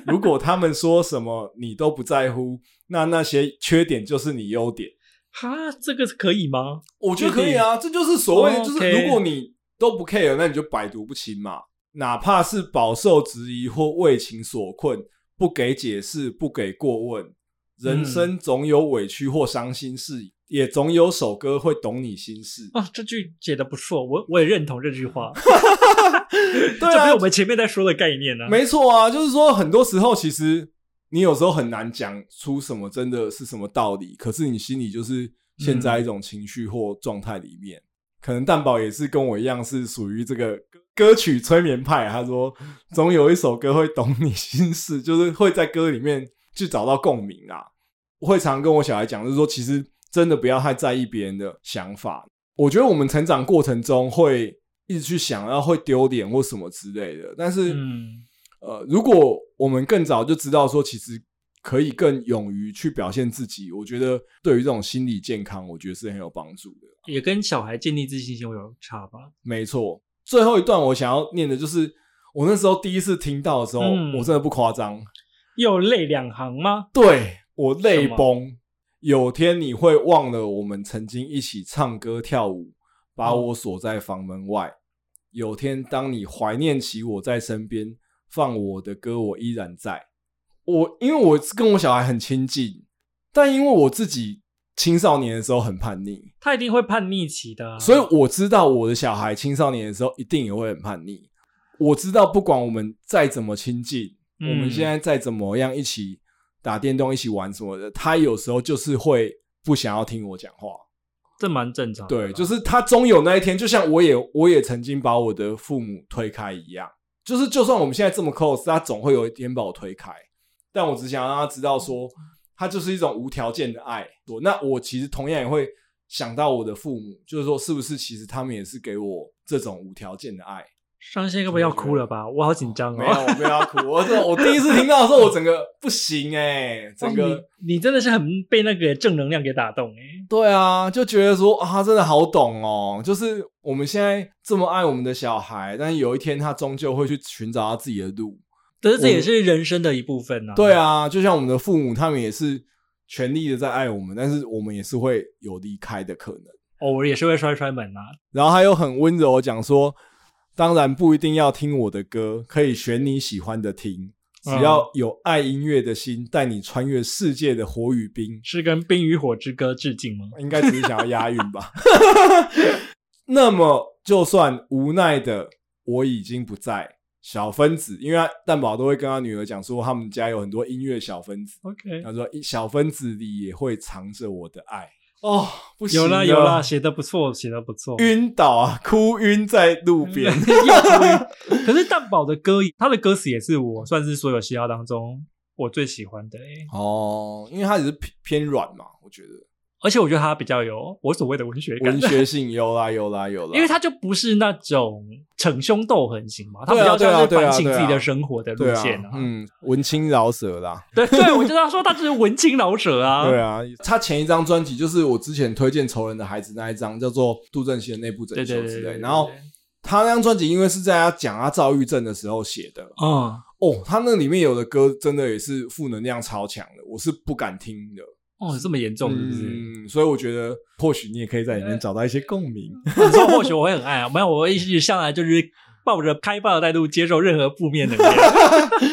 B: 如果他们说什么你都不在乎，那那些缺点就是你优点。
A: 哈，这个可以吗？
B: 我觉得可以啊，这就是所谓的，
A: 哦
B: 就是
A: ，OK
B: 如果你都不 care，那你就百毒不侵嘛。哪怕是饱受质疑或为情所困，不给解释，不给过问，人
A: 嗯
B: 生总有委屈或伤心事，也总有首歌会懂你心事。
A: 啊，这句写的不错，我我也认同这句话。 这
B: 对
A: 不
B: 啊
A: 是我，们前面在说的概念呢、啊。
B: 没错啊，就是说很多时候其实你有时候很难讲出什么真的是什么道理，可是你心里就是陷在一种情绪或状态里面。可能蛋宝也是跟我一样，是属于这个歌曲催眠派。他说，总有一首歌会懂你心事，就是会在歌里面去找到共鸣啦。我会常跟我小孩讲，就是说，其实真的不要太在意别人的想法。我觉得我们成长过程中会一直去想要会丢脸或什么之类的，但是，
A: 嗯，
B: 呃，如果我们更早就知道说，其实可以更勇于去表现自己，我觉得对于这种心理健康，我觉得是很有帮助的。
A: 也跟小孩建立自信心有差吧。
B: 没错，最后一段我想要念的就是我那时候第一次听到的时候，
A: 嗯
B: 我真的不夸张，
A: 又泪两行吗？
B: 对我泪崩。有天你会忘了我们曾经一起唱歌跳舞，把我锁在房门外。有天当你怀念起我在身边，放我的歌，我依然在。我因为我是跟我小孩很亲近，但因为我自己青少年的时候很叛逆，
A: 他一定会叛逆期的啊、
B: 所以我知道我的小孩青少年的时候一定也会很叛逆。我知道，不管我们再怎么亲近，
A: 嗯
B: 我们现在再怎么样一起打电动、一起玩什么的，他有时候就是会不想要听我讲话。
A: 这蛮正常的啦。
B: 对，就是他终有那一天，就像我也我也曾经把我的父母推开一样，就是就算我们现在这么 close，他总会有一天把我推开。但我只想让他知道说，他就是一种无条件的爱。我那我其实同样也会想到我的父母，就是说是不是其实他们也是给我这种无条件的爱？
A: 上线，该不会要哭了吧？我好紧张
B: 没有，啊
A: 哦。
B: 我没有要哭。我这我第一次听到的时候，我整个不行哎、整个、
A: 哦你你真的是很被那个正能量给打动哎、
B: 对啊，就觉得说啊，他真的好懂哦。就是我们现在这么爱我们的小孩，但是有一天他终究会去寻找他自己的路。
A: 可是这也是人生的一部分啊。
B: 对，啊，就像我们的父母，他们也是全力的在爱我们，但是我们也是会有离开的可能。
A: 偶尔也是会摔摔门啊。
B: 然后他又很温柔地讲说，当然不一定要听我的歌，可以选你喜欢的听，只要有爱音乐的心，带你穿越世界的火与冰，
A: 是跟《冰与火之歌》致敬吗？
B: 应该只是想要押韵 吧。那么，就算无奈的我已经不在，小分子，因为他蛋宝都会跟他女儿讲说，他们家有很多音乐小分子，
A: OK，
B: 他说小分子里也会藏着我的爱。哦，不行，
A: 有啦有啦，，写的不错，写的不错。
B: 晕倒啊，哭晕在路边。
A: 又可是蛋宝的歌，他的歌词也是我算是所有嘻哈当中我最喜欢的、欸，
B: 哦，因为它只是偏偏软嘛，我觉得
A: 而且我觉得他比较有我所谓的文学感
B: 文，学性有啦有啦有啦，
A: 因为他就不是那种逞凶斗狠型嘛，他比
B: 对啊
A: 较像是
B: 对啊对啊
A: 反省自己
B: 对啊
A: 的生活的路
B: 对啊
A: 线，
B: 嗯，文青饶舌啦，
A: 对对，我就要说他就是文青老者啊，
B: 对啊，他前一张专辑就是我之前推荐《仇人的孩子》那一张，叫做杜振熙的内部整
A: 对
B: 修
A: 对对
B: 之
A: 对对
B: 类。
A: 对
B: 然后他那张专辑因为是在他讲他躁郁症的时候写的，
A: 嗯
B: 哦，他那里面有的歌真的也是负能量超强的，我是不敢听的。
A: 哦，这么严重是不是？
B: 嗯，所以我觉得或许你也可以在里面找到一些共 鸣。
A: 你说或许我会很爱啊，没有，我一直向来就是抱着开放的态度接受任何负面能量。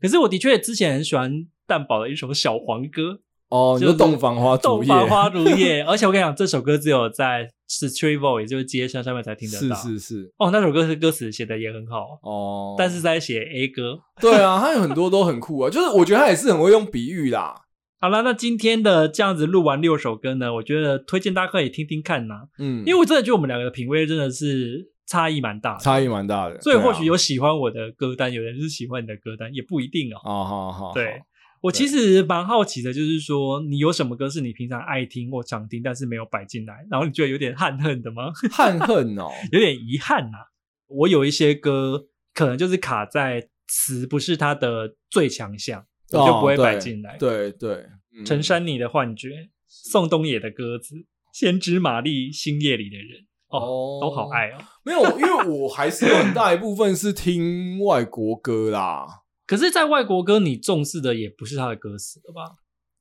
A: 可是我的确之前很喜欢蛋堡的一首小黄歌
B: 哦，你
A: 就
B: 说
A: 是
B: 洞房花
A: 《
B: 烛
A: 洞
B: 夜，
A: 房花烛夜》，而且我跟你讲，这首歌只有在 Street Voice 也就是街上上面才听得
B: 是
A: 到。
B: 是是，
A: 哦，那首歌是歌词写的也很好，
B: 哦，
A: 但是在写 A 歌。
B: 对啊，他有很多都很酷啊，就是我觉得他也是很会用比喻啦。
A: 好了，那今天的这样子录完六首歌呢，我觉得推荐大家可以听听看呐、
B: 嗯，
A: 因为我真的觉得我们两个的品味真的是差异蛮大的。
B: 差异蛮大的，
A: 所以
B: 对啊
A: 或许有喜欢我的歌单，有人是喜欢你的歌单，也不一定哦。
B: 哦，好好，
A: 对我其实蛮好奇的，就是说你有什么歌是你平常爱听或常听，但是没有摆进来，然后你觉得有点憾恨的吗？
B: 好憾恨哦，
A: 有点遗憾呐、我有一些歌可能就是卡在词不是它的最强项，我就不会
B: 哦对
A: 摆进来。
B: 对对，嗯
A: 陈珊妮的《幻觉》，宋冬野的歌词，《先知玛丽》《星夜里的人》哦，
B: 哦
A: 都好，爱哦。
B: 没有，因为我还是有很大一部分是听外国歌啦，
A: 可是，在外国歌，你重视的也不是它的歌词了吧？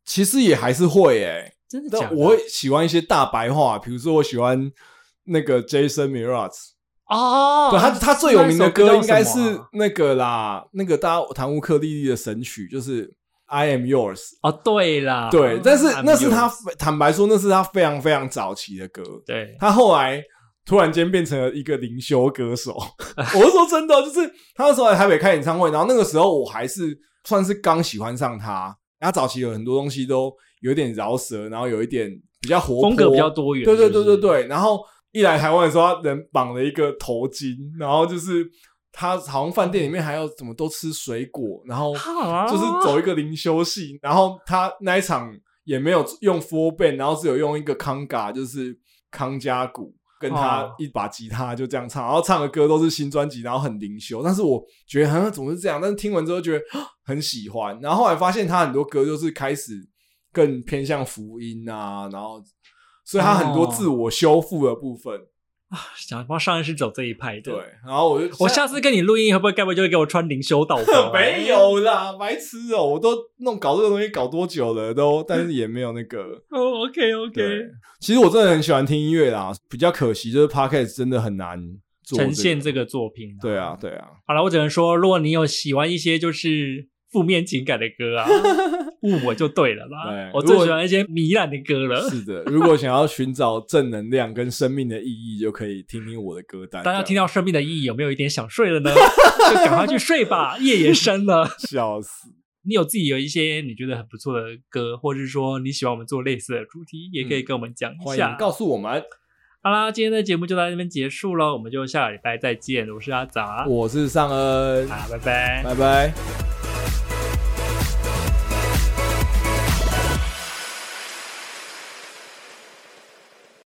B: 其实也还是会诶、
A: 真的假
B: 但
A: 的？
B: 我会喜欢一些大白话，比如说我喜欢那个 Jason Mraz，、
A: 哦，
B: 对他他最有名的歌应该是
A: 那一首叫什么啊
B: 那个啦，那个大家谈乌克丽丽的神曲就是。I am yours，、
A: 啊哦，对啦，
B: 对，但是那是他
A: I'm yours
B: 坦白说，那是他非常非常早期的歌，
A: 对
B: 他后来突然间变成了一个灵修歌手。 我是说真的，哦就是他那时候来台北开演唱会，然后那个时候我还是算是刚喜欢上他。他早期有很多东西都有点饶舌，然后有一点比较活泼，
A: 风格比较多元，
B: 对对
A: 是
B: 对
A: 不是
B: 对对。然后一来台湾的时候，他人绑了一个头巾，然后就是他好像饭店里面还要怎么都吃水果，然
A: 啊
B: 后
A: 哈
B: 就是走一个灵修系，然后他那一场也没有用 four band，然后只有用一个康嘎，就是康加鼓，跟他
A: 哦
B: 一把吉他就这样唱，然后唱的歌都是新专辑，然后很灵修，但是我觉得好像总是这样，但是听完之后觉得啊很喜欢，然后后来发现他很多歌就是开始更偏向福音啊，然后所以他很多
A: 哦
B: 自我修复的部分，
A: 想帮上一次走这一派的。
B: 对，，然后我就？
A: 我下次跟你录音会不会，该不会就会给我穿灵修道袍
B: 没，有啦，白痴哦、我都弄搞这个东西搞多久了都，但是也没有那个。
A: 哦，OK OK，
B: 对，其实我真的很喜欢听音乐啦，比较可惜就是 podcast 真的很难做、
A: 呈现这。个作品，
B: 对啊，。对啊，
A: 好了，我只能说，如果你有喜欢一些就是负面情感的歌 啊，问我就对了啦
B: 对。
A: 我
B: 如
A: 最
B: 果
A: 喜欢一些糜烂的歌了。
B: 是的。如果想要寻找正能量跟生命的意义，就可以听听我的歌单。
A: 大家听
B: 到
A: 到生命的意义，有没有一点想睡了 呢？就赶快去睡吧，夜也深了。
B: 笑死，
A: 你有自己有一些你觉得很不错的歌，或者是说你喜欢我们做类似的主题，也可以跟我们讲一
B: 嗯欢
A: 下。
B: 迎告诉我们。
A: 好啦，今天的节目就到这边结束了，我们就下个礼拜再见。我是阿杂，
B: 我是尚恩，
A: 啊，拜拜
B: 拜拜。